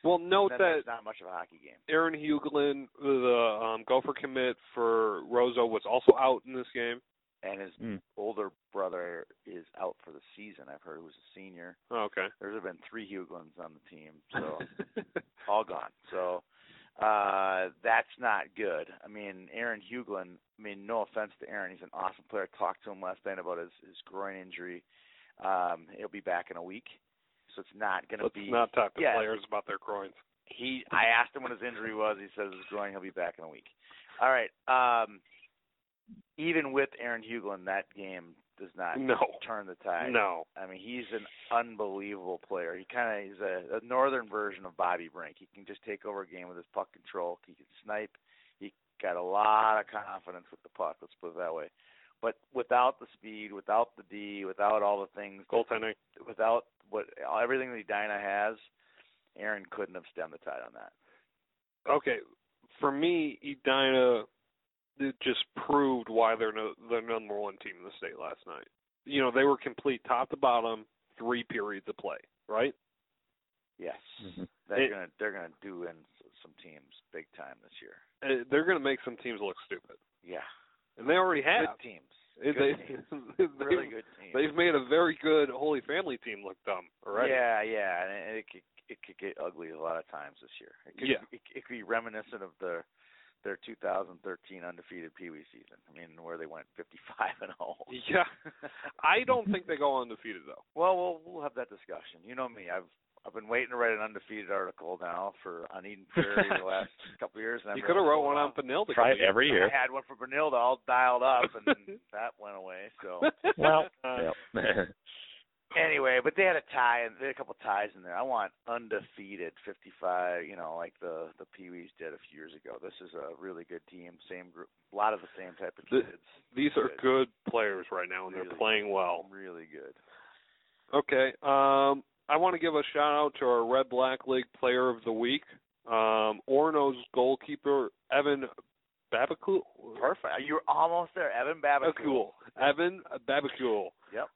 Speaker 2: Well, note Oh,
Speaker 3: then
Speaker 2: that
Speaker 3: there's not much of a hockey game.
Speaker 2: Aaron Hughlin, the um, Gopher commit for Rosa, was also out in this game.
Speaker 3: And his older brother is out for the season. I've heard who's a senior.
Speaker 2: Oh, Okay.
Speaker 3: There's been three Huglins on the team, so all gone. So uh that's not good. I mean, Aaron Huglin. I mean, no offense to Aaron, he's an awesome player. I talked to him last night about his his groin injury. Um, he'll be back in a week, so it's not going to
Speaker 2: Let's
Speaker 3: be.
Speaker 2: not talk to
Speaker 3: yeah.
Speaker 2: players about their groins.
Speaker 3: He, I asked him what his injury was. He says his groin. He'll be back in a week. All right. Um, even with Aaron Huglin, that game does not
Speaker 2: No.
Speaker 3: turn the tide.
Speaker 2: Mm. No.
Speaker 3: I mean, he's an unbelievable player. He kind of is a, a northern version of Bobby Brink. He can just take over a game with his puck control. He can snipe. He got a lot of confidence with the puck. Let's put it that way. But without the speed, without the D, without all the things,
Speaker 2: Goaltending.
Speaker 3: without what everything that Edina has, Aaron couldn't have stemmed the tide on that.
Speaker 2: Okay, for me, Edina it just proved why they're no, the number one team in the state last night. You know, they were complete top to bottom, three periods of play, right?
Speaker 3: Yes,
Speaker 4: Mhm.
Speaker 3: they're
Speaker 2: Mm-hmm. It-
Speaker 3: gonna they're gonna do in s- some teams big time this year.
Speaker 2: Uh, They're going to make some teams look stupid,
Speaker 3: Yeah,
Speaker 2: and they already have.
Speaker 3: good teams,
Speaker 2: It-
Speaker 3: good
Speaker 2: they,
Speaker 3: teams.
Speaker 2: they,
Speaker 3: really good teams.
Speaker 2: They've made a very good Holy Family team look dumb already.
Speaker 3: Yeah, yeah, and it, it could it could get ugly a lot of times this year. It could,
Speaker 2: Yeah.
Speaker 3: it, it could be reminiscent of the their 2013 undefeated Pee Wee season. I mean, where they went 55 and oh. 0.
Speaker 2: Yeah. I don't think they go undefeated though.
Speaker 3: well, we'll we'll have that discussion. You know me. I've I've been waiting to write an undefeated article now for on Eden Prairie the last couple of years. And I've
Speaker 2: You could
Speaker 3: been
Speaker 2: have
Speaker 3: like,
Speaker 2: wrote one
Speaker 3: "Well,
Speaker 2: on Penil.
Speaker 4: Try it every year.
Speaker 3: I had one for Bernilda all dialed up, and then that went away. So
Speaker 4: Well,
Speaker 2: Uh,
Speaker 4: yeah.
Speaker 3: anyway, but they had a tie and they had a couple ties in there. I want undefeated 55, you know, like the the Pee Wees did a few years ago. This is a really good team, same group, a lot of the same type of
Speaker 2: The-
Speaker 3: kids.
Speaker 2: these are good players right now, and they're
Speaker 3: Really.
Speaker 2: playing well.
Speaker 3: Oh, really good.
Speaker 2: Okay. Um, I want to give a shout out to our Red Black League Player of the Week, um, Orno's goalkeeper Evan Babacul.
Speaker 3: Perfect. You're almost there, Evan Babbitt.
Speaker 2: Babacul. Evan Babacul.
Speaker 3: Yep.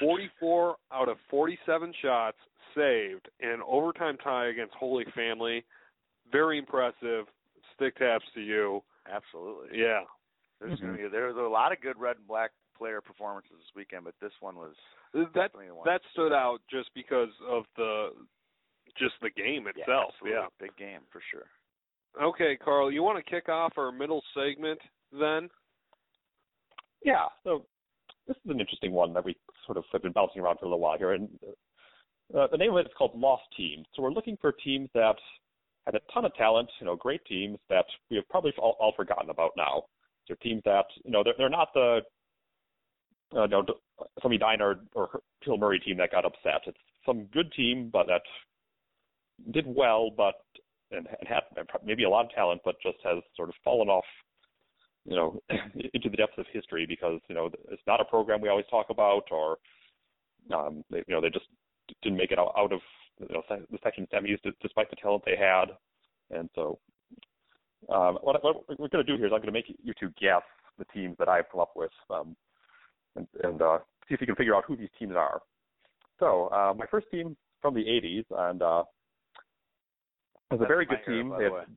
Speaker 2: 44 out of 47 shots saved in an overtime tie against Holy Family. Very impressive. Stick taps to you.
Speaker 3: Absolutely.
Speaker 2: Yeah. Mm-hmm.
Speaker 3: There's gonna be there was a lot of good red and black player performances this weekend, but this one was
Speaker 2: That
Speaker 3: definitely the one.
Speaker 2: that stood out just because of the just the game
Speaker 3: yeah,
Speaker 2: itself.
Speaker 3: absolutely. Big game for sure.
Speaker 2: yeah. Okay, Carl, you want to kick off our middle segment then?
Speaker 4: yeah, so this is an interesting one that we sort of have been bouncing around for a little while here, and uh, the name of it is called Lost Teams. So we're looking for teams that had a ton of talent, you know, great teams that we have probably all, all forgotten about now. So teams that you know they're they're not the uh, you know d- some Edina or, or Hill Murray team that got upset. It's some good team, but that did well, but and, and had maybe a lot of talent, but just has sort of fallen off you know into the depths of history because you know it's not a program we always talk about or um they, you know they just didn't make it out, out of you know, se- the section semis d- despite the talent they had and so um what, I- what we're going to do here is i'm going to make you two guess the teams that i've come up with um and, and uh see if you can figure out who these teams are so uh my first team from the 80s and uh was a
Speaker 3: That's
Speaker 4: very
Speaker 3: my
Speaker 4: good
Speaker 3: era,
Speaker 4: team
Speaker 3: by
Speaker 4: They
Speaker 3: the
Speaker 4: had-
Speaker 3: way.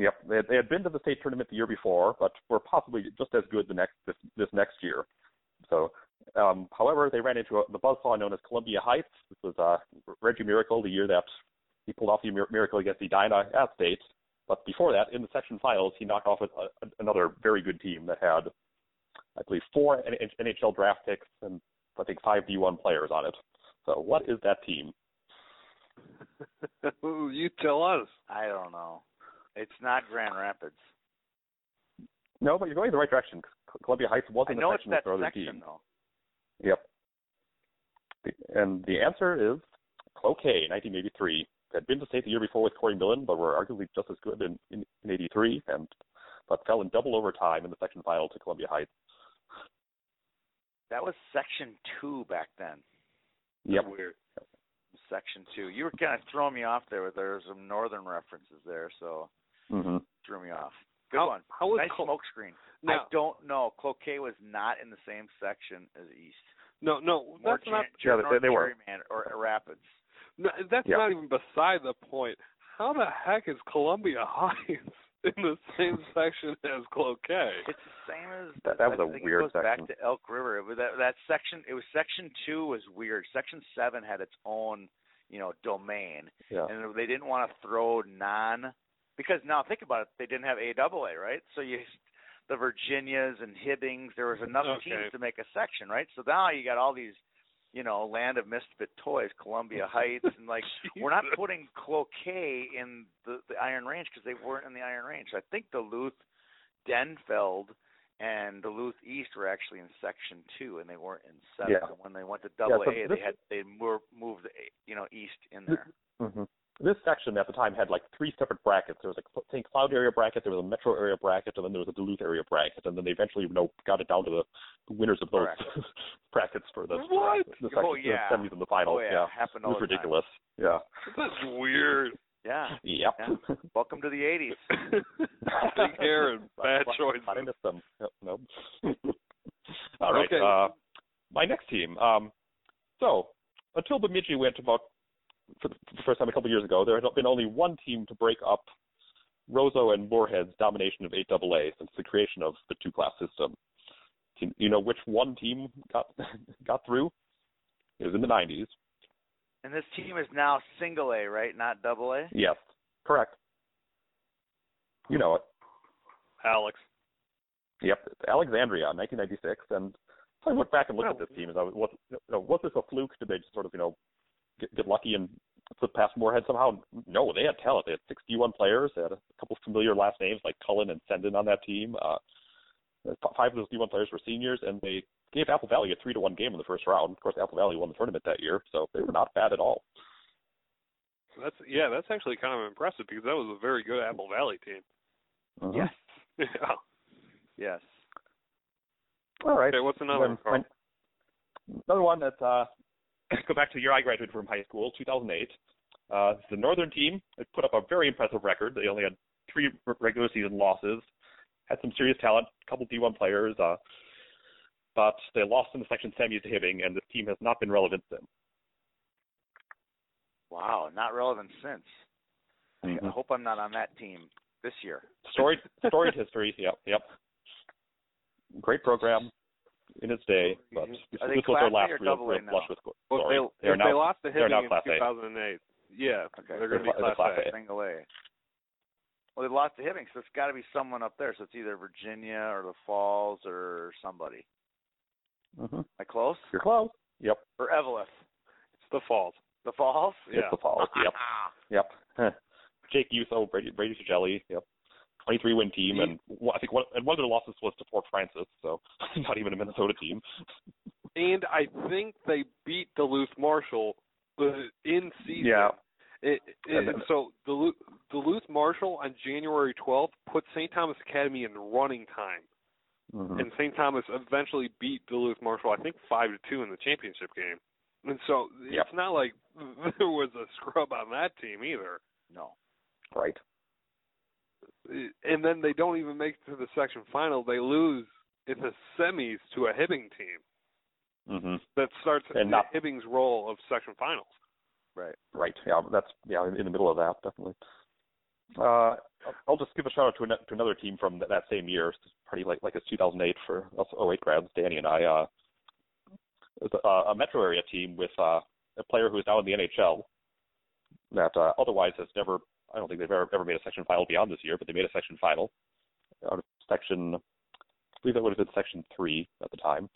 Speaker 4: Yep, they had, they had been to the state tournament the year before, but were possibly just as good the next this, this next year. So, um, however, they ran into a, the buzzsaw known as Columbia Heights. This was uh, Reggie Miracle the year that he pulled off the mir- miracle against Edina at state. But before that, in the section finals, he knocked off a, a, another very good team that had, I believe, four N- NHL draft picks and I think five D1 players on it. So, what is that team?
Speaker 2: you tell us.
Speaker 3: I don't know. It's not Grand Rapids.
Speaker 4: No, but you're going the right direction. C- Columbia Heights
Speaker 3: I
Speaker 4: wasn't
Speaker 3: know
Speaker 4: a
Speaker 3: it's
Speaker 4: section
Speaker 3: that
Speaker 4: for other
Speaker 3: section
Speaker 4: teams.
Speaker 3: though.
Speaker 4: Yep. And the answer is Cloquet, 1983. Had been to state the year before with Corey Millen, but were arguably just as good in, in, in 83, and but fell in double overtime in the section final to Columbia Heights.
Speaker 3: That was section two back then.
Speaker 4: Yep.
Speaker 2: Weird.
Speaker 3: Section two. You were kind of throwing me off there. With there were some northern references there, so
Speaker 4: Mm-hmm.
Speaker 3: threw me off. Good
Speaker 2: how,
Speaker 3: one.
Speaker 2: How was
Speaker 3: nice
Speaker 2: Col-
Speaker 3: smoke screen.
Speaker 2: Now,
Speaker 3: I don't know. Cloquet was not in the same section as East.
Speaker 2: no, no,
Speaker 3: More
Speaker 2: that's not
Speaker 4: Yeah, they-
Speaker 3: North
Speaker 4: they were.
Speaker 3: Perryman or Rapids.
Speaker 2: no, that's
Speaker 4: Yeah.
Speaker 2: not even beside the point. How the heck is Columbia Heights in the same section as Cloquet?
Speaker 3: It's the same as
Speaker 4: That- that was
Speaker 3: I
Speaker 4: a
Speaker 3: think
Speaker 4: weird
Speaker 3: it goes
Speaker 4: section.
Speaker 3: Back to Elk River. It was that, that section. It was section two was weird. Section seven had its own, you know, domain.
Speaker 4: Yeah.
Speaker 3: and they didn't want to throw non because now think about it, they didn't have AAA, right? So you the Virginias and Hibbings, there was enough
Speaker 2: Okay.
Speaker 3: teams to make a section, right? So now you got all these, you know, land of misfit toys, Columbia Heights, and like we're not putting Cloquet in the, the Iron Range because they weren't in the Iron Range. So I think Duluth, Denfeld, and Duluth East were actually in Section Two, and they weren't in Seven.
Speaker 4: Yeah.
Speaker 3: And when they went to Double
Speaker 4: so
Speaker 3: A,
Speaker 4: this-
Speaker 3: they had they moved moved the you know East in there.
Speaker 4: hmm This section at the time had like three separate brackets. There was a Cl- St. Cloud area bracket, there was a Metro area bracket, and then there was a Duluth area bracket, and then they eventually you know got it down to the winners of those
Speaker 3: Correct.
Speaker 4: brackets for the
Speaker 2: What?
Speaker 4: the
Speaker 3: Oh,
Speaker 4: sections, the
Speaker 3: yeah.
Speaker 4: semis and the finals.
Speaker 3: oh yeah, happened
Speaker 4: it
Speaker 3: all
Speaker 4: was
Speaker 3: the time.
Speaker 4: ridiculous.
Speaker 2: That's weird.
Speaker 3: Yeah,
Speaker 4: Yeah,
Speaker 3: Yeah.
Speaker 4: yep.
Speaker 3: welcome to the '80s.
Speaker 2: Big hair and bad
Speaker 4: Why-
Speaker 2: choices.
Speaker 4: why did I miss them. Yep, no. All right.
Speaker 2: Okay.
Speaker 4: Uh, my next team. Um, so until Bemidji went about for the for the first time a couple years ago, there had been only one team to break up Roseau and Moorhead's domination of 8AA since the creation of the two-class system. Can- You know which one team got got through? It was in the 90s.
Speaker 3: And this team is now Single A, right? Not Double A.
Speaker 4: Yes, correct. You know it.
Speaker 2: Alex.
Speaker 4: Yep, Alexandria, 1996. And I went back and looked at this team. As I was, was, you know, was this a fluke? Did they just sort of, you know, get, get lucky and slip past Moorhead somehow? No, they had talent. They had 61 players. They had a couple familiar last names like Cullen and Senden on that team. Uh, f- five of those D1 players were seniors, and they gave Apple Valley a three to one game in the first round. Of course, Apple Valley won the tournament that year, so they were not bad at all.
Speaker 2: That's yeah. That's actually kind of impressive because that was a very good Apple Valley team.
Speaker 4: Uh-huh.
Speaker 3: Yes.
Speaker 2: yeah.
Speaker 3: Yes.
Speaker 4: All right.
Speaker 2: Okay. What's another?
Speaker 4: Then
Speaker 2: one, Carl?
Speaker 4: my- another one that uh, go back to the year I graduated from high school, 2008. Uh, the Northern team had put up a very impressive record. They only had three r- regular season losses, had some serious talent, a couple D1 players, uh, but they lost in the section semis to Hibbing, and this team has not been relevant since.
Speaker 3: Wow, not relevant since.
Speaker 4: Mm-hmm.
Speaker 3: I hope I'm not on that team this year.
Speaker 4: Storied, storied history. Yep, yep. Great program in its day, but
Speaker 2: Are
Speaker 4: this,
Speaker 3: they
Speaker 4: this was
Speaker 3: Class
Speaker 4: their
Speaker 3: A
Speaker 4: last
Speaker 3: or
Speaker 4: real,
Speaker 3: Double A
Speaker 4: real
Speaker 3: now?
Speaker 4: flush with
Speaker 2: Well,
Speaker 4: glory.
Speaker 2: if
Speaker 4: They are
Speaker 2: if they
Speaker 4: now
Speaker 2: lost the
Speaker 4: they are
Speaker 2: Hibbing
Speaker 4: now
Speaker 2: in
Speaker 4: Class A.
Speaker 2: 2008, yeah,
Speaker 3: Okay.
Speaker 2: they're going to
Speaker 4: They're
Speaker 2: be
Speaker 4: cla- they're
Speaker 2: class,
Speaker 4: Class A.
Speaker 3: Single A. Well, they lost to Hibbing, so it's got to be someone up there. So it's either Virginia or the Falls or somebody.
Speaker 4: Mhm.
Speaker 3: Am I close?
Speaker 4: You're close. Yep.
Speaker 3: Or Eveleth.
Speaker 2: It's the fault.
Speaker 3: The Falls?
Speaker 4: It's
Speaker 2: Yeah.
Speaker 4: the Falls. Yep. Yep. Huh. Jake Uso, Brady, Brady Shelley. Yep. 23 win team,
Speaker 2: Ye-
Speaker 4: and one- I think one, and one of their losses was to Fort Francis, so not even a Minnesota team.
Speaker 2: And I think they beat Duluth Marshall uh, in season.
Speaker 4: Yeah.
Speaker 2: It, it,
Speaker 4: And-
Speaker 2: so Duluth, Duluth Marshall on January 12th put St. Thomas Academy in running time,
Speaker 4: Hmm.
Speaker 2: and St. Thomas eventually beat Duluth Marshall, I think five to two in the championship game. And so
Speaker 4: Yep.
Speaker 2: it's not like there was a scrub on that team either.
Speaker 3: No.
Speaker 4: Right.
Speaker 2: And then they don't even make it to the section final; they lose in the semis to a Hibbing team
Speaker 4: hmm
Speaker 2: that starts
Speaker 4: And not-
Speaker 2: Hibbing's role of section finals.
Speaker 3: Right.
Speaker 4: Right. Yeah. That's yeah. In, in the middle of that, definitely. Uh, I'll just give a shout out to, an, to another team from that, that same year, pretty like like it's 2008 for us 08 grads, Danny and I. Uh, it was a, a metro area team with uh, a player who is now in the NHL that uh, otherwise has never. I don't think they've ever, ever made a section final beyond this year, but they made a section final out of section. I believe that would have been section three at the time.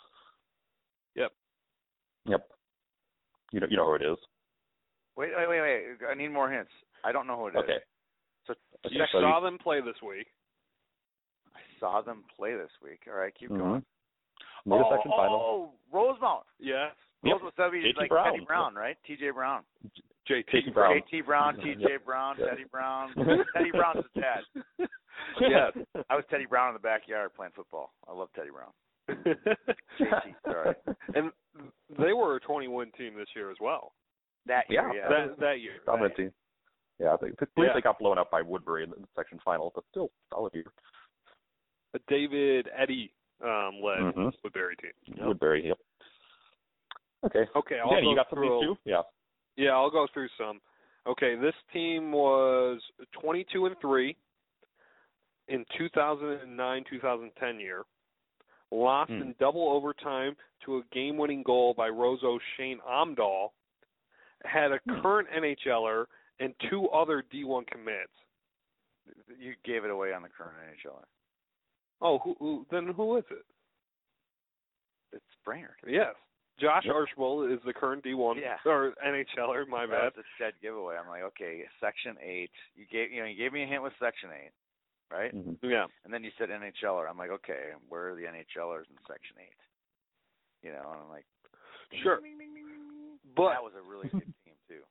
Speaker 2: Yep.
Speaker 4: Yep. You know, you know who it is.
Speaker 3: Wait, wait, wait, wait. I need more hints. I don't know who it is.
Speaker 4: Okay.
Speaker 3: So-
Speaker 4: Okay,
Speaker 2: You
Speaker 4: so
Speaker 2: saw them play this week.
Speaker 3: I saw them play this week. All right, keep
Speaker 4: Mhm.
Speaker 3: going.
Speaker 4: Made a
Speaker 3: oh,
Speaker 4: section final.
Speaker 3: oh, Rosemount.
Speaker 2: Yes.
Speaker 4: Yep.
Speaker 3: Rosemount, that'd be
Speaker 4: J.T.
Speaker 3: like
Speaker 4: Brown.
Speaker 3: Teddy Brown, right? T.J. Brown.
Speaker 4: J.T.
Speaker 2: JT
Speaker 4: Brown.
Speaker 3: J.T. Brown, T.J. Brown,
Speaker 4: Yeah.
Speaker 3: Teddy Brown. Teddy Brown's his dad.
Speaker 2: Yes.
Speaker 3: I was Teddy Brown in the backyard playing football. I love Teddy Brown. JT, sorry.
Speaker 2: and they were a 21 team this year as well.
Speaker 3: That year,
Speaker 4: Yeah.
Speaker 3: yeah.
Speaker 2: That that year.
Speaker 4: Dominant team. Yeah, I think I believe
Speaker 2: Yeah.
Speaker 4: they got blown up by Woodbury in the section final, but still solid year.
Speaker 2: David Eddy um, led
Speaker 4: Mhm.
Speaker 2: Woodbury team.
Speaker 4: Woodbury, yep. Okay.
Speaker 2: Okay, I'll
Speaker 4: Danny,
Speaker 2: go
Speaker 4: you got
Speaker 2: through.
Speaker 4: something too? Yeah.
Speaker 2: Yeah, I'll go through some. Okay, this team was 22 and 3 in 2009-2010 year. Lost
Speaker 4: Hmm.
Speaker 2: in double overtime to a game-winning goal by Roseau Shane Omdahl. Had a
Speaker 4: Hmm.
Speaker 2: current NHLer and two other D1 commits.
Speaker 3: You gave it away on the current NHL.
Speaker 2: Oh, who, who then who is it?
Speaker 3: It's Brainerd.
Speaker 2: Yes. Josh
Speaker 4: Yep.
Speaker 2: Archibald is the current D1
Speaker 3: Yeah.
Speaker 2: or NHLer, my bad.
Speaker 3: That's a dead giveaway. I'm like, okay, section eight. You gave you know you gave me a hint with section eight. right?
Speaker 4: Mhm.
Speaker 2: Yeah.
Speaker 3: And then you said NHLer. I'm like, okay, where are the NHLers in Section Eight? You know, and I'm like,
Speaker 2: Sure.
Speaker 3: ding, ding, ding, ding, ding.
Speaker 2: But
Speaker 3: that was a really good team too.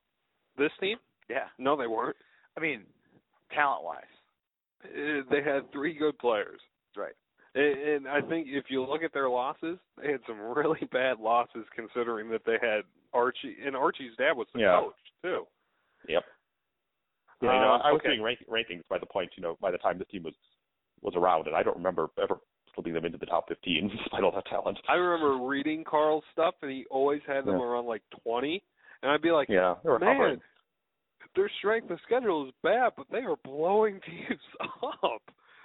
Speaker 2: this team?
Speaker 3: Yeah,
Speaker 2: No, they weren't.
Speaker 3: I mean, talent wise,
Speaker 2: Uh, They had three good players.
Speaker 3: right?
Speaker 2: And and I think if you look at their losses, they had some really bad losses considering that they had Archie and Archie's dad was the
Speaker 4: Yeah.
Speaker 2: coach too.
Speaker 4: Yep. Yeah, you know,
Speaker 2: Uh,
Speaker 4: I was
Speaker 2: okay.
Speaker 4: doing rank, rankings by the point, you know, by the time this team was was around, and I don't remember ever slipping them into the top 15 despite all that talent.
Speaker 2: I remember reading Carl's stuff and he always had them
Speaker 4: Yeah.
Speaker 2: around like twenty and I'd be like,
Speaker 4: yeah, they were
Speaker 2: Man,
Speaker 4: hovering.
Speaker 2: their strength of schedule is bad, but they were blowing teams up.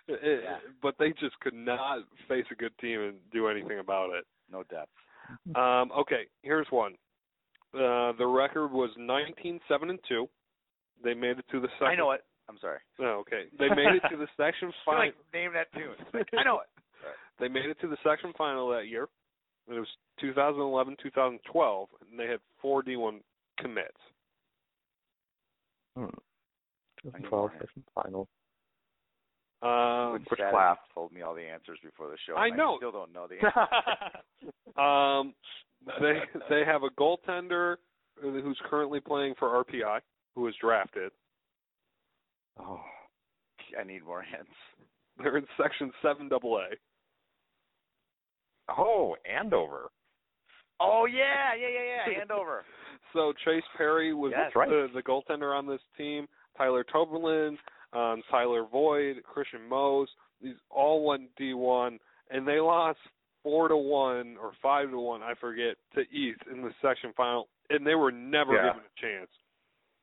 Speaker 2: Uh,
Speaker 3: Yeah.
Speaker 2: But they just could not face a good team and do anything about it.
Speaker 3: No depth.
Speaker 2: Um, okay, here's one. Uh, the record was 19 7 and 2. They made it to the second.
Speaker 3: I know it. I'm sorry.
Speaker 2: Oh, okay. They made it to the section
Speaker 3: I feel
Speaker 2: final.
Speaker 3: like name that tune. It's like, I know it.
Speaker 2: They made it to the section final that year. And it was 2011, 2012, and they had four D1 commits.
Speaker 4: Hmm.
Speaker 3: I need more.
Speaker 4: 2012 season final.
Speaker 2: Um,
Speaker 4: Which
Speaker 3: Dad
Speaker 4: class?
Speaker 3: told me all the answers before the show.
Speaker 2: I
Speaker 3: and
Speaker 2: know.
Speaker 3: I still don't know the answers.
Speaker 2: Um, they they have a goaltender who's currently playing for RPI, who was drafted.
Speaker 4: oh,
Speaker 3: I need more hints.
Speaker 2: They're in section seven double A.
Speaker 4: oh, Andover.
Speaker 3: Oh yeah, yeah, yeah, yeah. Andover.
Speaker 2: So Chase Perry was
Speaker 3: Yes.
Speaker 4: Right.
Speaker 2: the, the goaltender on this team. Tyler Toberlin, um, Tyler Void, Christian Mose. These all went D one, and they lost four to one or five to one, I forget, to East in the section final, and they were never
Speaker 4: Yeah.
Speaker 2: given a chance.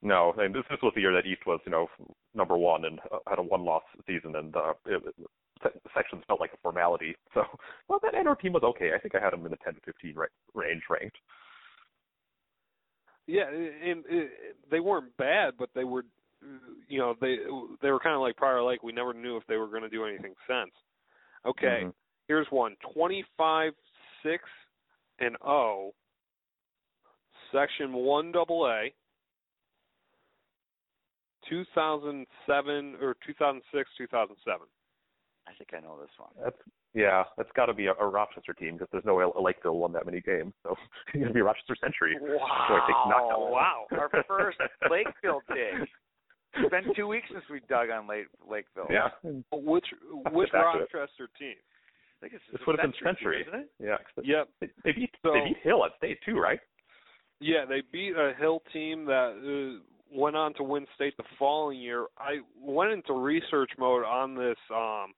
Speaker 4: No, and this this was the year that East was, you know, number one and uh, had a one-loss season, and uh, it, it, se- sections felt like a formality. So, well, that Andover team was okay. I think I had them in the 10 to 15 ra- range ranked.
Speaker 2: Yeah, and uh, they weren't bad, but they were, you know, they they were kind of like Prior Lake. We never knew if they were going to do anything since. Okay,
Speaker 4: Mhm.
Speaker 2: here's one: twenty-five, six, and O. Section one double A. 2007 or 2006, 2007.
Speaker 3: I think I know this one.
Speaker 4: That's yeah, that's got to be a, a Rochester team because there's no way Lakeville won that many games. So it's gonna be Rochester Century. So I think knockout.
Speaker 3: Wow.
Speaker 2: Wow.
Speaker 3: Our first Lakeville dig. It's been two weeks since we dug on Lake Lakeville.
Speaker 4: Yeah,
Speaker 2: Which which
Speaker 4: Back to it.
Speaker 2: Rochester team?
Speaker 3: I think it's
Speaker 4: This
Speaker 3: the
Speaker 4: would've been
Speaker 3: century,
Speaker 4: century.
Speaker 3: isn't it?
Speaker 4: yeah.
Speaker 2: Yep.
Speaker 4: They, they beat they
Speaker 2: So-
Speaker 4: beat Hill at state too, right?
Speaker 2: Yeah, they beat a Hill team that uh, went on to win state the following year. I went into research mode on this. Um,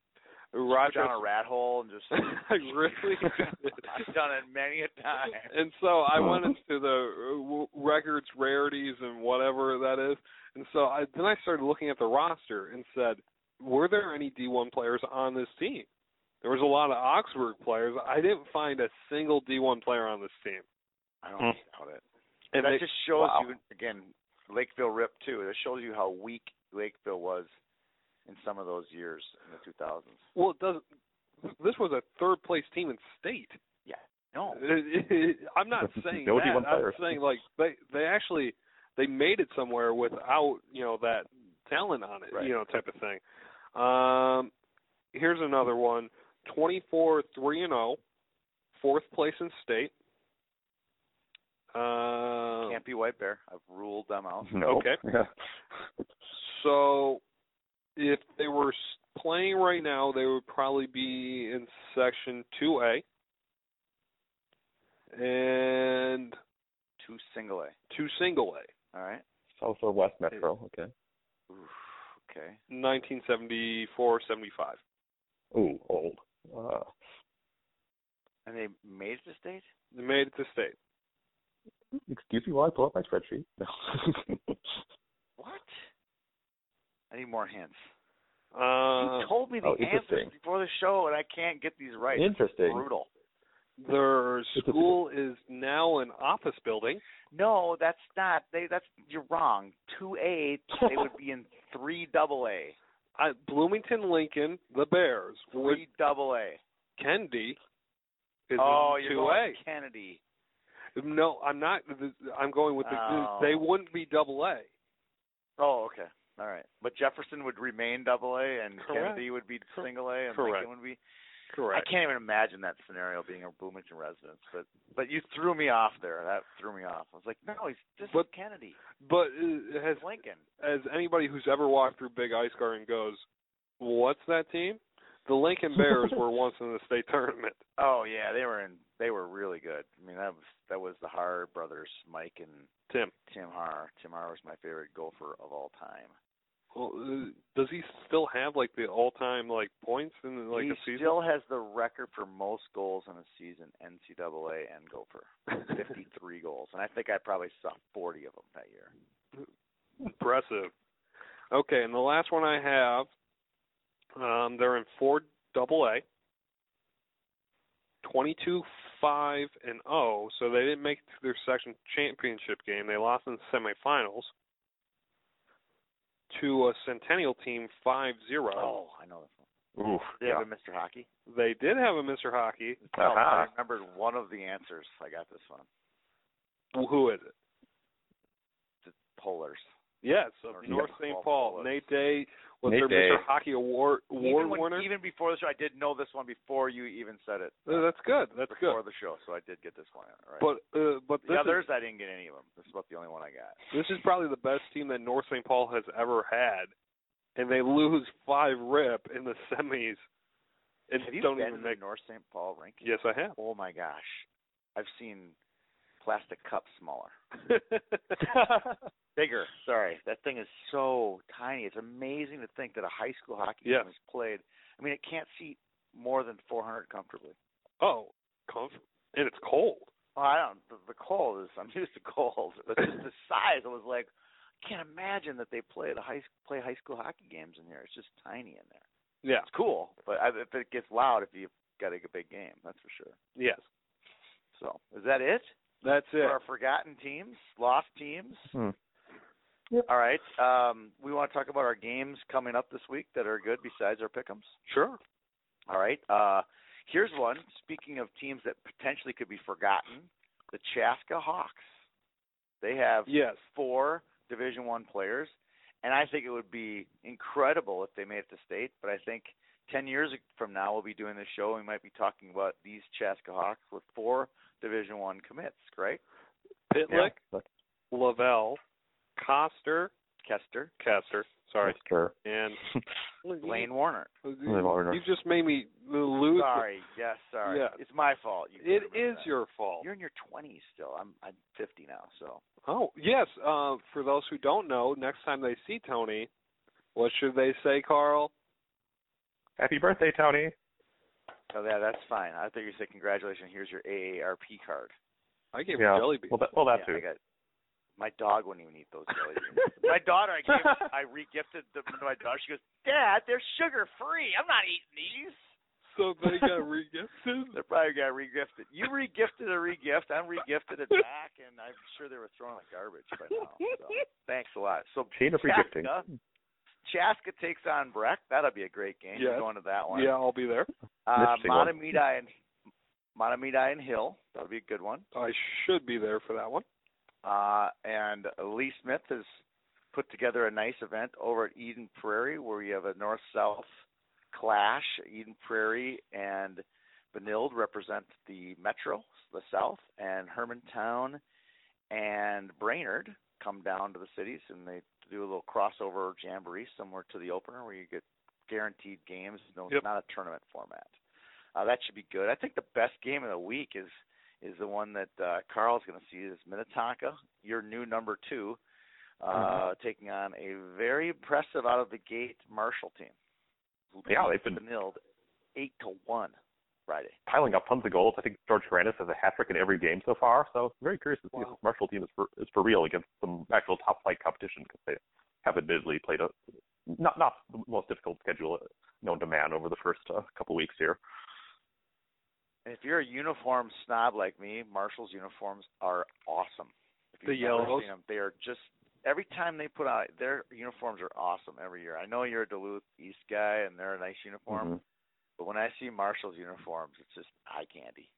Speaker 3: Go down a
Speaker 2: Rochester.
Speaker 3: rat hole and just.
Speaker 2: I really did.
Speaker 3: I've done it many a time.
Speaker 2: And so I went
Speaker 4: Mhm.
Speaker 2: into the uh, w- records, rarities, and whatever that is. And so I, then I started looking at the roster and said, were there any D1 players on this team? There was a lot of Oxford players. I didn't find a single D1 player on this team.
Speaker 3: I don't
Speaker 4: Mm.
Speaker 3: doubt it.
Speaker 2: And
Speaker 3: that
Speaker 2: they-
Speaker 3: just shows
Speaker 4: wow.
Speaker 3: you again Lakeville rip too. That shows you how weak Lakeville was in some of those years in the 2000s.
Speaker 2: well, it doesn't. This was a third place team in state.
Speaker 3: Yeah. No.
Speaker 2: I'm not saying
Speaker 4: No
Speaker 2: that.
Speaker 4: D1
Speaker 2: I'm
Speaker 4: player.
Speaker 2: saying like they they actually they made it somewhere without you know that talent on it,
Speaker 3: Right.
Speaker 2: you know, type of thing. Um, here's another one: 24 three and 0, fourth place in state. Um,
Speaker 3: Can't be White Bear. I've ruled them out.
Speaker 4: No.
Speaker 2: Okay.
Speaker 4: Yeah.
Speaker 2: so if they were s- playing right now, they would probably be in section 2A. And
Speaker 3: Two single A.
Speaker 2: two single A,
Speaker 3: All right.
Speaker 4: South or West Metro. Okay.
Speaker 3: Oof, okay.
Speaker 2: 1974, 75.
Speaker 4: Ooh, old. Uh,
Speaker 3: And they made it to state.
Speaker 2: They made it to state.
Speaker 4: excuse me while I pull up my spreadsheet. No.
Speaker 3: What? I need more hints.
Speaker 2: Uh,
Speaker 3: you told me the
Speaker 4: oh,
Speaker 3: answers
Speaker 4: interesting.
Speaker 3: before the show, and I can't get these right. It's
Speaker 4: Interesting.
Speaker 3: Brutal.
Speaker 2: their
Speaker 4: a-
Speaker 2: school is now an office building.
Speaker 3: No, that's not. They. That's you're wrong. Two A. They would be in three double A.
Speaker 2: I, Bloomington Lincoln, the Bears, with
Speaker 3: Three double A.
Speaker 2: Kennedy is
Speaker 3: oh,
Speaker 2: in
Speaker 3: you're
Speaker 2: 2A.
Speaker 3: going with Kennedy.
Speaker 2: No, I'm not. th- I'm going with the.
Speaker 3: Oh.
Speaker 2: They wouldn't be double A.
Speaker 3: Oh, okay. All right, but Jefferson would remain double A, and
Speaker 2: Correct.
Speaker 3: Kennedy would be
Speaker 2: Cor-
Speaker 3: single A, and
Speaker 2: correct.
Speaker 3: Lincoln would be.
Speaker 2: Correct.
Speaker 3: I can't even imagine that scenario being a Bloomington residence, but but you threw me off there. That threw me off. I was like, no, he's this
Speaker 2: But-
Speaker 3: is Kennedy,
Speaker 2: But uh, has
Speaker 3: it's Lincoln.
Speaker 2: as anybody who's ever walked through Big Ice Garden goes, what's that team? The Lincoln Bears were once in the state tournament.
Speaker 3: Oh yeah, they were in. They were really good. I mean, that was that was the Har brothers, Mike and
Speaker 2: Tim,
Speaker 3: Tim Har. Tim Har was my favorite golfer of all time.
Speaker 2: well, uh, does he still have like the all-time like points in like
Speaker 3: he
Speaker 2: a season?
Speaker 3: still has the record for most goals in a season NCAA and Gopher, 53 goals, and I think I probably saw 40 of them that year.
Speaker 2: Impressive. Okay, and the last one I have, um, they're in four double A, twenty-two five and zero. So they didn't make it to their section championship game. They lost in the semifinals to a Centennial team five zero.
Speaker 3: Oh, I know this one.
Speaker 4: Oof.
Speaker 3: Did yeah. have a Mr. Hockey?
Speaker 2: They did have a Mr. Hockey.
Speaker 3: No, but I
Speaker 4: Aha.
Speaker 3: remembered one of the answers. I got this one.
Speaker 2: Well, Who is it?
Speaker 3: The Polars.
Speaker 2: Yes, of
Speaker 3: North
Speaker 2: North
Speaker 3: St.
Speaker 2: St.
Speaker 3: Paul
Speaker 2: Paul.
Speaker 3: was-
Speaker 2: Nate Day was
Speaker 4: Nate
Speaker 2: their
Speaker 4: Day.
Speaker 2: Mr. Hockey award award
Speaker 3: even, when-
Speaker 2: winner.
Speaker 3: even before the show, I did know this one before you even said it.
Speaker 2: Uh, that's good. That's good.
Speaker 3: before the show, so I did get this one. Right.
Speaker 2: But uh, but
Speaker 3: the
Speaker 2: this is
Speaker 3: others, I didn't get any of them. This is about the only one I got.
Speaker 2: This is probably the best team that North St. Paul has ever had, and they lose five rip in the semis, and
Speaker 3: Have you
Speaker 2: don't
Speaker 3: been
Speaker 2: even
Speaker 3: to
Speaker 2: make.
Speaker 3: the North St. Paul rink?
Speaker 2: Yes, I have.
Speaker 3: Oh my gosh, I've seen plastic cups smaller. Bigger. Sorry, that thing is so tiny. It's amazing to think that a high school hockey
Speaker 2: Yes.
Speaker 3: team is played. I mean, it can't seat more than 400 comfortably.
Speaker 2: oh, comfort, and it's cold.
Speaker 3: Well, I don't. The, the cold is. I'm used to cold, but just the size. I was like, I can't imagine that they play the high play high school hockey games in here. It's just tiny in there.
Speaker 2: Yeah.
Speaker 3: It's cool, but I, if it gets loud, if you've got a big game, that's for sure.
Speaker 2: Yes.
Speaker 3: So, is that it?
Speaker 2: That's it.
Speaker 3: For our forgotten teams, lost teams.
Speaker 4: Hmm.
Speaker 3: All right. Um, we want to talk about our games coming up this week that are good besides our pick'ems.
Speaker 2: Sure.
Speaker 3: All right. Uh, here's one. Speaking of teams that potentially could be forgotten, the Chaska Hawks. They have
Speaker 2: Yes.
Speaker 3: four Division One players, and I think it would be incredible if they made it to state. But I think ten years from now, we'll be doing this show. and We might be talking about these Chaska Hawks with four Division One commits. Right?
Speaker 2: Pitlick, Lavelle, Coster,
Speaker 3: Kester,
Speaker 2: Kester. Sorry,
Speaker 4: Sure.
Speaker 2: and
Speaker 3: Lane Warner.
Speaker 4: Warner.
Speaker 2: You just made me lose.
Speaker 3: Sorry. Yes. Sorry.
Speaker 2: Yeah.
Speaker 3: It's my fault. You
Speaker 2: It
Speaker 3: couldn't remember
Speaker 2: is
Speaker 3: that.
Speaker 2: your fault.
Speaker 3: You're in your 20s still. I'm I'm 50 now, so
Speaker 2: Oh yes. Uh, for those who don't know, next time they see Tony, what should they say, Carl?
Speaker 4: Happy birthday, Tony.
Speaker 3: so yeah, that's fine. I thought you said congratulations. Here's your AARP card.
Speaker 2: I gave
Speaker 4: yeah.
Speaker 2: him jelly beans.
Speaker 4: Well, that, well, that
Speaker 3: yeah, I
Speaker 4: too.
Speaker 3: got, my dog wouldn't even eat those jelly beans. my daughter, I gave, I regifted them to my daughter. She goes, Dad, they're sugar free. I'm not eating these.
Speaker 2: so they got regifted.
Speaker 3: They probably got regifted. You regifted a regift. I'm regifted it back, and I'm sure they were thrown in the garbage by now. So thanks a lot. So
Speaker 4: Chain of predicting.
Speaker 3: Chaska, Chaska takes on Breck. That'll be a great game.
Speaker 2: Yes.
Speaker 3: You're going to that one.
Speaker 2: Yeah, I'll be there.
Speaker 3: Uh,
Speaker 4: Interesting one.
Speaker 3: Matamidi and Matamidi and Hill. That'll be a good one.
Speaker 2: I should be there for that one.
Speaker 3: Uh, and Lee Smith has put together a nice event over at Eden Prairie where you have a north south clash. Eden Prairie and Benilde represent the metro, the south, and Hermantown and Brainerd come down to the cities and they do a little crossover jamboree similar to the opener where you get guaranteed games. No,
Speaker 2: Yep.
Speaker 3: it's not a tournament format. Uh, that should be good. I think the best game of the week is is the one that uh, Carl's going to see is Minnetonka, your new number two, uh, taking on a very impressive out of the gate Marshall team. who
Speaker 4: Yeah,
Speaker 3: beat
Speaker 4: they've been-
Speaker 3: Benilde eight to one Friday.
Speaker 4: Piling up tons of goals. I think George Granis has a hat trick in every game so far. So very curious to see if
Speaker 2: Wow.
Speaker 4: this Marshall team is for is for real against some actual top flight competition because they have admittedly played a not not the most difficult schedule known to man over the first uh, couple weeks here.
Speaker 3: And if you're a uniform snob like me, Marshall's uniforms are awesome. If
Speaker 2: The
Speaker 3: you've never
Speaker 2: yellows.
Speaker 3: seen 'em, they are just every time they put out their uniforms are awesome every year. I know you're a Duluth East guy and they're a nice uniform,
Speaker 4: Mhm.
Speaker 3: but when I see Marshall's uniforms, it's just eye candy.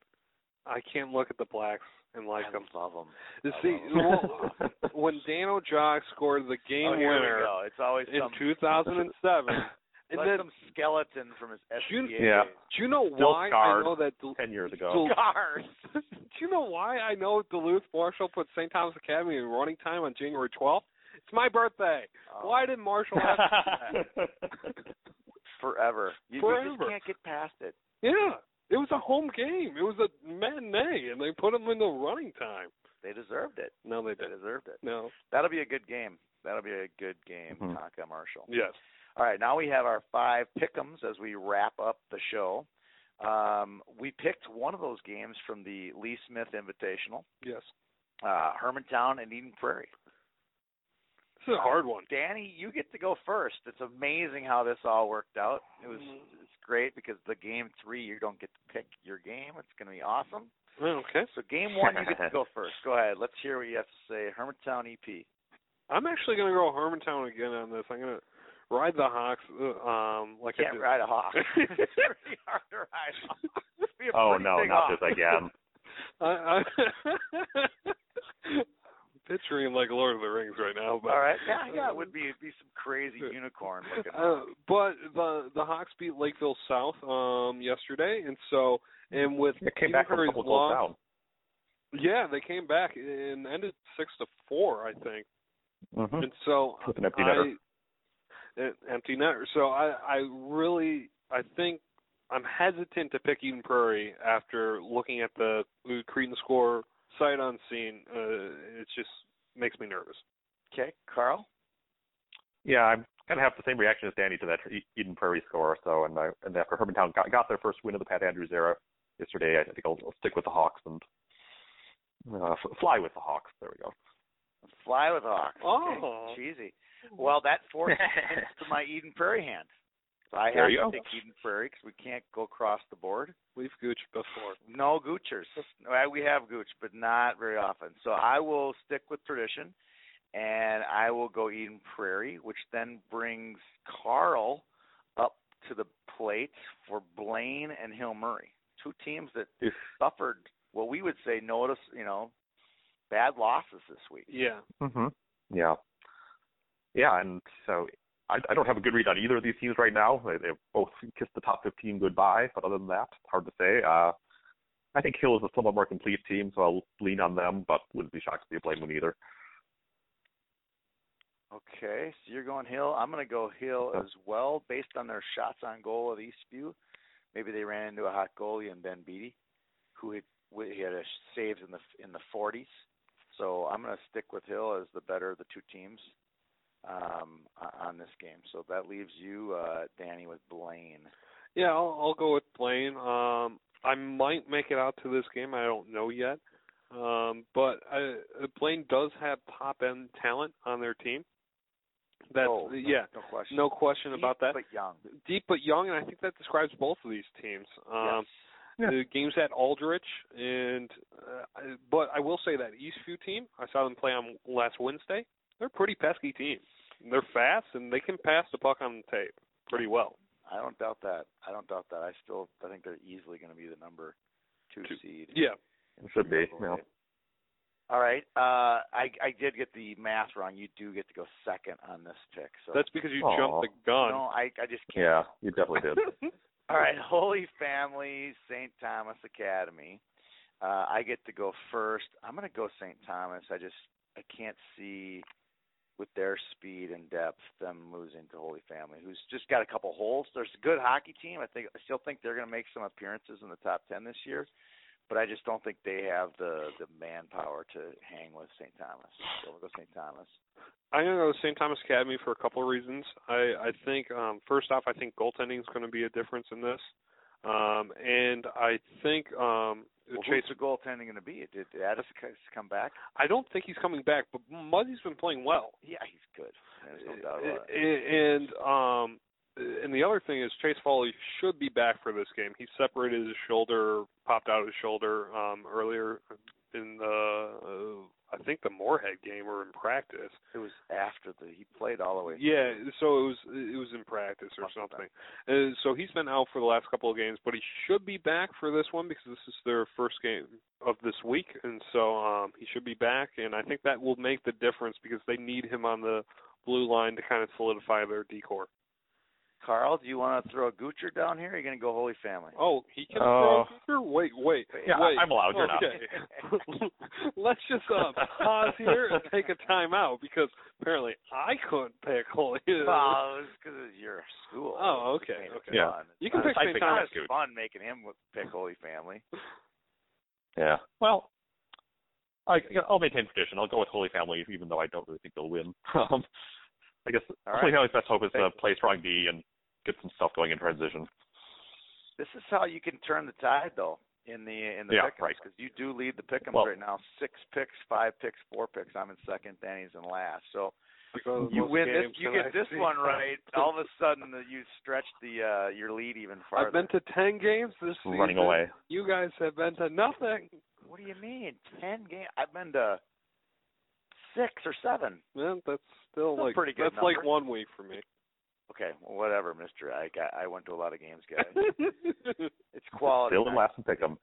Speaker 2: I can't look at the blacks and like
Speaker 3: I
Speaker 2: them.
Speaker 3: love them.
Speaker 2: You
Speaker 3: I
Speaker 2: see,
Speaker 4: Mm-hmm. love
Speaker 2: well, when Dan O'Jock scored the game
Speaker 3: oh, here we
Speaker 2: winner
Speaker 3: go. It's always
Speaker 2: in
Speaker 3: some
Speaker 2: 2007, and
Speaker 3: like
Speaker 2: then
Speaker 3: some skeleton from his
Speaker 2: Do you-
Speaker 3: SBA.
Speaker 4: Yeah.
Speaker 2: do you know
Speaker 4: Still
Speaker 2: why I
Speaker 4: scarred.
Speaker 2: know that Dul-
Speaker 4: ten years ago.
Speaker 2: Dul-
Speaker 3: Scars.
Speaker 2: do you know why I know Duluth Marshall put St. Thomas Academy in running time on January 12th? It's my birthday.
Speaker 3: Oh,
Speaker 2: Why did Marshall have
Speaker 3: forever. You, you
Speaker 2: Forever.
Speaker 3: just can't get past it.
Speaker 2: Yeah, it was a home game. It was a matinee, and they put him into running time.
Speaker 3: They deserved it.
Speaker 2: No, they
Speaker 3: They
Speaker 2: didn't.
Speaker 3: deserved it.
Speaker 2: No.
Speaker 3: That'll be a good game. That'll be a good game,
Speaker 4: Mhm.
Speaker 3: Tonka Marshall.
Speaker 2: Yes.
Speaker 3: All right, now we have our five pick'ems as we wrap up the show. Um, we picked one of those games from the Lee Smith Invitational,
Speaker 2: Yes.
Speaker 3: uh, Hermantown and Eden Prairie.
Speaker 2: This is a hard one.
Speaker 3: Danny, you get to go first. It's amazing how this all worked out. It was it's great because the game three you don't get to pick your game. It's going to be awesome.
Speaker 2: Okay.
Speaker 3: So game one you get to go first. Go ahead. Let's hear what you have to say. Hermantown E EP.
Speaker 2: I'm actually going to go Hermantown again on this. I'm going to ride the Hawks uh, um, like I
Speaker 3: Can't
Speaker 2: did.
Speaker 3: ride a hawk. it's pretty hard to ride a hawk. It's gonna be a
Speaker 4: oh
Speaker 3: pretty
Speaker 4: no,
Speaker 3: big
Speaker 4: not
Speaker 3: hawk.
Speaker 4: this again.
Speaker 2: I, I I'm picturing like Lord of the Rings right now. But,
Speaker 3: All right. Yeah, yeah, it would be it'd be some crazy unicorn looking.
Speaker 2: Uh, but the the Hawks beat Lakeville South um yesterday, and so and with
Speaker 4: It came
Speaker 2: Eden
Speaker 4: back from a
Speaker 2: Prairie's
Speaker 4: couple goals
Speaker 2: loss,
Speaker 4: down.
Speaker 2: Yeah, they came back and ended six to four, I think.
Speaker 4: Mm-hmm.
Speaker 2: And so uh,
Speaker 4: With an empty
Speaker 2: I,
Speaker 4: netter.
Speaker 2: an empty netter. So I, I really, I think I'm hesitant to pick Eden Prairie after looking at the Cretan score sight unseen. Uh, it just makes me nervous.
Speaker 3: Okay, Carl.
Speaker 4: Yeah, I'm gonna have the same reaction as Danny to that E- Eden Prairie score. So, and I, and after Hermantown got got their first win of the Pat Andrews era yesterday, I think I'll, I'll stick with the Hawks and uh, f- fly with the Hawks. There we go.
Speaker 3: Fly with Hawks. Okay,
Speaker 2: Oh.
Speaker 3: cheesy. Well, that forces me to my Eden Prairie hand. So I
Speaker 4: There
Speaker 3: have
Speaker 4: you
Speaker 3: to
Speaker 4: go.
Speaker 3: take Eden Prairie because we can't go across the board.
Speaker 2: We've gooched before.
Speaker 3: No Goochers. Well, We have Gooch, but not very often. So I will stick with tradition, and I will go Eden Prairie, which then brings Carl up to the plate for Blaine and Hill Murray, two teams that
Speaker 4: Oof.
Speaker 3: suffered what we would say notice, you know, bad losses this week.
Speaker 2: Yeah.
Speaker 4: hmm Yeah. Yeah, and so I, I don't have a good read on either of these teams right now. They, they both kissed the top 15 goodbye, but other than that, it's hard to say. Uh, I think Hill is a somewhat more complete team, so I'll lean on them, but wouldn't be shocked to see a Blaine win either.
Speaker 3: Okay, so you're going Hill. I'm going to go Hill as well, based on their shots on goal of Eastview. Maybe they ran into a hot goalie in Ben Beatty, who had he had a saves in the in the 40s. So I'm going to stick with Hill as the better of the two teams um, o- on this game. So that leaves you, uh, Danny, with Blaine.
Speaker 2: Yeah, I'll, I'll go with Blaine. Um, I might make it out to this game. I don't know yet. Um, but I, Blaine does have top end talent on their team. That's
Speaker 3: oh, no-
Speaker 2: yeah,
Speaker 3: no question.
Speaker 2: no question
Speaker 3: Deep
Speaker 2: about that.
Speaker 3: But young.
Speaker 2: Deep but young, and I think that describes both of these teams. Um,
Speaker 4: Yes.
Speaker 2: The games at Aldrich, and uh, I- but I will say that Eastview team, I saw them play on last Wednesday. They're a pretty pesky team. They're fast and they can pass the puck on the tape pretty well.
Speaker 3: yes. I don't doubt that. I don't doubt that. I still I think they're easily going to be the number two,
Speaker 2: Two.
Speaker 3: seed.
Speaker 2: Yeah,
Speaker 4: It should be.
Speaker 3: Probably.
Speaker 4: Yeah.
Speaker 3: All right. Uh, I I did get the math wrong. You do get to go second on this pick. So
Speaker 2: that's because you
Speaker 4: Aw.
Speaker 2: jumped the gun.
Speaker 3: no, I I just can't.
Speaker 4: yeah, you definitely did.
Speaker 3: All right. Holy Family St. Thomas Academy. Uh, I get to go first. I'm gonna go St. Thomas. I just I can't see with their speed and depth them losing to Holy Family, who's just got a couple holes. There's a good hockey team. I think I still think they're gonna make some appearances in the top ten this year. But I just don't think they have the the manpower to hang with St. Thomas. So we'll go St. Thomas.
Speaker 2: I'm gonna go to St. Thomas Academy for a couple of reasons. I I think um, first off, I think goaltending is going to be a difference in this, um, and I think um,
Speaker 3: Well,
Speaker 2: Chase.
Speaker 3: who's the goaltending going to be? Did Addis c- come back?
Speaker 2: I don't think he's coming back, but Muzzy's been playing well.
Speaker 3: Yeah, he's good. There's
Speaker 2: Uh,
Speaker 3: no doubt about it.
Speaker 2: And um, and the other thing is Chase Foley should be back for this game. He separated his shoulder, popped out his shoulder um, earlier in the uh, I think the Moorhead game or in practice.
Speaker 3: It was after the he played all the way.
Speaker 2: Yeah, so it was it was in practice or
Speaker 3: Must've
Speaker 2: something. Uh, so he's been out for the last couple of games, but he should be back for this one because this is their first game of this week, and so um he should be back, and I think that will make the difference because they need him on the blue line to kind of solidify their decor.
Speaker 3: Carl, do you want to throw a Goocher down here? Or are you going to go Holy Family?
Speaker 2: Oh, he can
Speaker 4: Oh.
Speaker 2: throw. Wait, wait,
Speaker 4: Yeah,
Speaker 2: wait.
Speaker 4: I'm allowed. You're not.
Speaker 2: Okay. Let's just uh, pause here and take a timeout because apparently I couldn't pick holy.
Speaker 3: Well, it's because it's your school.
Speaker 2: Oh,
Speaker 3: It's
Speaker 2: okay,
Speaker 3: made it
Speaker 2: okay.
Speaker 4: Yeah.
Speaker 3: fun.
Speaker 2: You can
Speaker 3: It's
Speaker 2: pick
Speaker 4: I
Speaker 2: St.
Speaker 4: think
Speaker 2: Thomas.
Speaker 3: not
Speaker 4: that's
Speaker 3: as
Speaker 4: good.
Speaker 3: fun making him pick Holy Family.
Speaker 4: Yeah. Well, I, you know, I'll maintain tradition. I'll go with Holy Family, even though I don't really think they'll win. um, I guess
Speaker 3: All
Speaker 4: Holy
Speaker 3: right.
Speaker 4: Family's best hope is to play strong D and get some stuff going in transition.
Speaker 3: This is how you can turn the tide, though, in the in the
Speaker 4: Yeah,
Speaker 3: pickems
Speaker 4: right.
Speaker 3: because you do lead the pickems
Speaker 4: Well-
Speaker 3: right now. Six picks, five picks, four picks. I'm in second. Danny's in last. So
Speaker 2: Because
Speaker 3: you
Speaker 2: most
Speaker 3: win this.
Speaker 2: games
Speaker 3: You
Speaker 2: that
Speaker 3: get
Speaker 2: I
Speaker 3: this
Speaker 2: see-
Speaker 3: one right. All of a sudden, the, you stretch the uh your lead even farther.
Speaker 2: I've been to ten games this season.
Speaker 4: Running away.
Speaker 2: You guys have been to nothing.
Speaker 3: What do you mean? Ten games? I've been to six or seven.
Speaker 2: Man, that's still
Speaker 3: That's a
Speaker 2: like
Speaker 3: pretty good
Speaker 2: that's like
Speaker 3: number.
Speaker 2: one week for me.
Speaker 3: Okay, well, whatever, Mister. I got, I went to a lot of games, guys. It's quality.
Speaker 4: Still in
Speaker 3: time.
Speaker 4: last and pick 'em.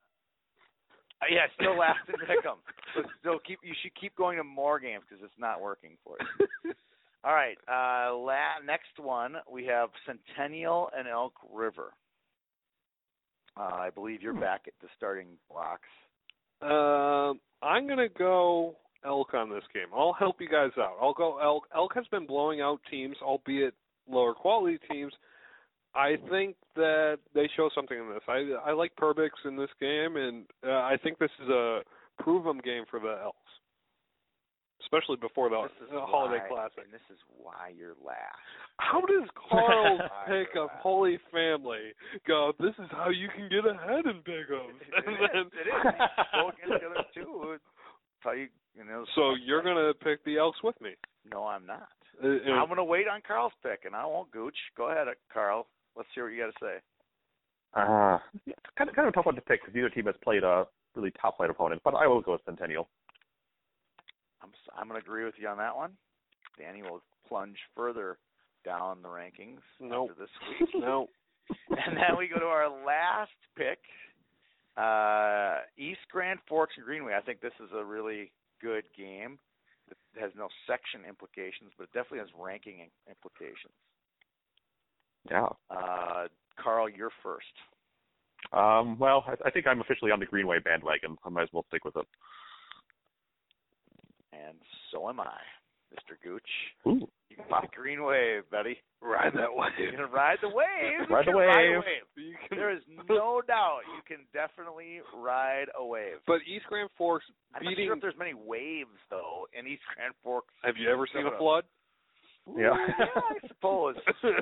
Speaker 3: Uh, yeah, still last and pick 'em. But still keep. You should keep going to more games because it's not working for you. All right. Uh, la- next one we have Centennial and Elk River. Uh, I believe
Speaker 4: Hmm.
Speaker 3: you're back at the starting blocks.
Speaker 2: Um, I'm gonna go elk on this game. I'll help you guys out. I'll go elk. Elk has been blowing out teams, albeit lower quality teams. I think that they show something in this. I I like Perbix in this game, and uh, I think this is a prove 'em game for the elks, especially before the
Speaker 3: this is
Speaker 2: uh, holiday
Speaker 3: why,
Speaker 2: classic.
Speaker 3: and this is why you're last.
Speaker 2: How does Carl's pick of
Speaker 3: Wow.
Speaker 2: Holy Family go? This is how you can get ahead in big 'ems,"
Speaker 3: It
Speaker 2: and
Speaker 3: is,
Speaker 2: then
Speaker 3: it is. Go against the other two. It's how you, you know.
Speaker 2: So you're gonna pick the Elks with me.
Speaker 3: No, I'm not.
Speaker 2: Uh, uh,
Speaker 3: I'm going to wait on Carl's pick, and I won't gooch. Go ahead, uh, Carl. Let's hear what you got to say. Uh-huh.
Speaker 4: Uh, yeah, it's kind of kind of a tough one to pick because neither team has played a really top flight opponent. But I will go with Centennial.
Speaker 3: I'm s- I'm going to agree with you on that one. Danny will plunge further down the rankings
Speaker 2: Nope.
Speaker 3: after this week.
Speaker 2: no,
Speaker 3: and then we go to our last pick, uh, East Grand Forks and Greenway. I think this is a really good game. It has no section implications, but it definitely has ranking im- implications.
Speaker 4: Yeah.
Speaker 3: Uh, Carl, you're first.
Speaker 4: Um, well, I, I think I'm officially on the Greenway bandwagon. I might as well stick with it.
Speaker 3: And so am I, Mr. Gooch.
Speaker 4: Ooh.
Speaker 3: You got the green wave, buddy.
Speaker 2: ride that
Speaker 3: You're
Speaker 2: wave.
Speaker 3: gonna ride the wave.
Speaker 4: Ride the
Speaker 3: You're gonna
Speaker 4: wave.
Speaker 2: You can-
Speaker 3: There is no doubt you can definitely ride a wave.
Speaker 2: But East Grand Forks
Speaker 3: I'm not
Speaker 2: beating.
Speaker 3: sure if there's many waves though in East Grand Forks.
Speaker 2: have you ever seen a
Speaker 3: Minnesota.
Speaker 2: flood?
Speaker 3: Ooh,
Speaker 4: Yeah.
Speaker 3: I suppose.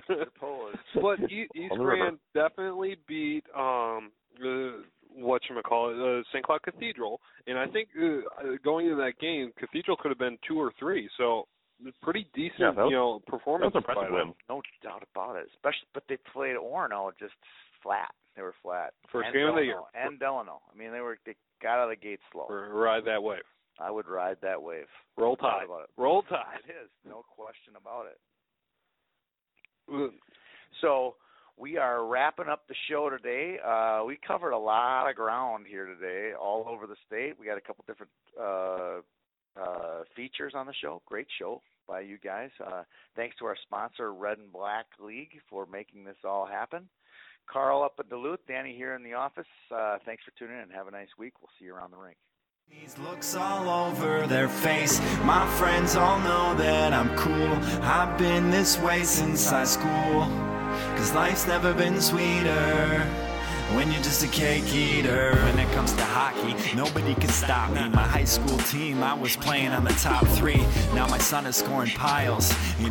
Speaker 3: suppose.
Speaker 2: But E- East
Speaker 4: On the river.
Speaker 2: Grand definitely beat um the what you call it, uh, St. Cloud Cathedral, and I think uh, uh, going into that game, Cathedral could have been two or three. So pretty decent,
Speaker 4: Yeah, that was-
Speaker 2: you know,
Speaker 4: That was
Speaker 2: performance.
Speaker 4: an
Speaker 2: by
Speaker 4: impressive
Speaker 2: them.
Speaker 4: win.
Speaker 3: No doubt about it. Especially, but they played Orono just flat. They were flat.
Speaker 2: First
Speaker 3: and
Speaker 2: game of the
Speaker 3: Delano,
Speaker 2: year.
Speaker 3: And Delano. I mean, they were they got out of the gate slow.
Speaker 2: Ride that wave.
Speaker 3: I would ride that wave.
Speaker 2: Roll
Speaker 3: No doubt
Speaker 2: Tide.
Speaker 3: about it.
Speaker 2: Roll Tide.
Speaker 3: It is no question about it.
Speaker 2: Uh,
Speaker 3: So we are wrapping up the show today. Uh, we covered a lot of ground here today, all over the state. We got a couple different uh, uh, features on the show. Great show by you guys. Uh, thanks to our sponsor, Red and Black League, for making this all happen. Carl up at Duluth, Danny here in the office. Uh, thanks for tuning in. Have a nice week. We'll see you around the rink.
Speaker 1: These looks all over their face. My friends all know that I'm cool. I've been this way since high school. Cause life's never been sweeter. When you're just a cake eater. When it comes to hockey, nobody can stop me. My high school team, I was playing on the top three. Now my son is scoring piles. You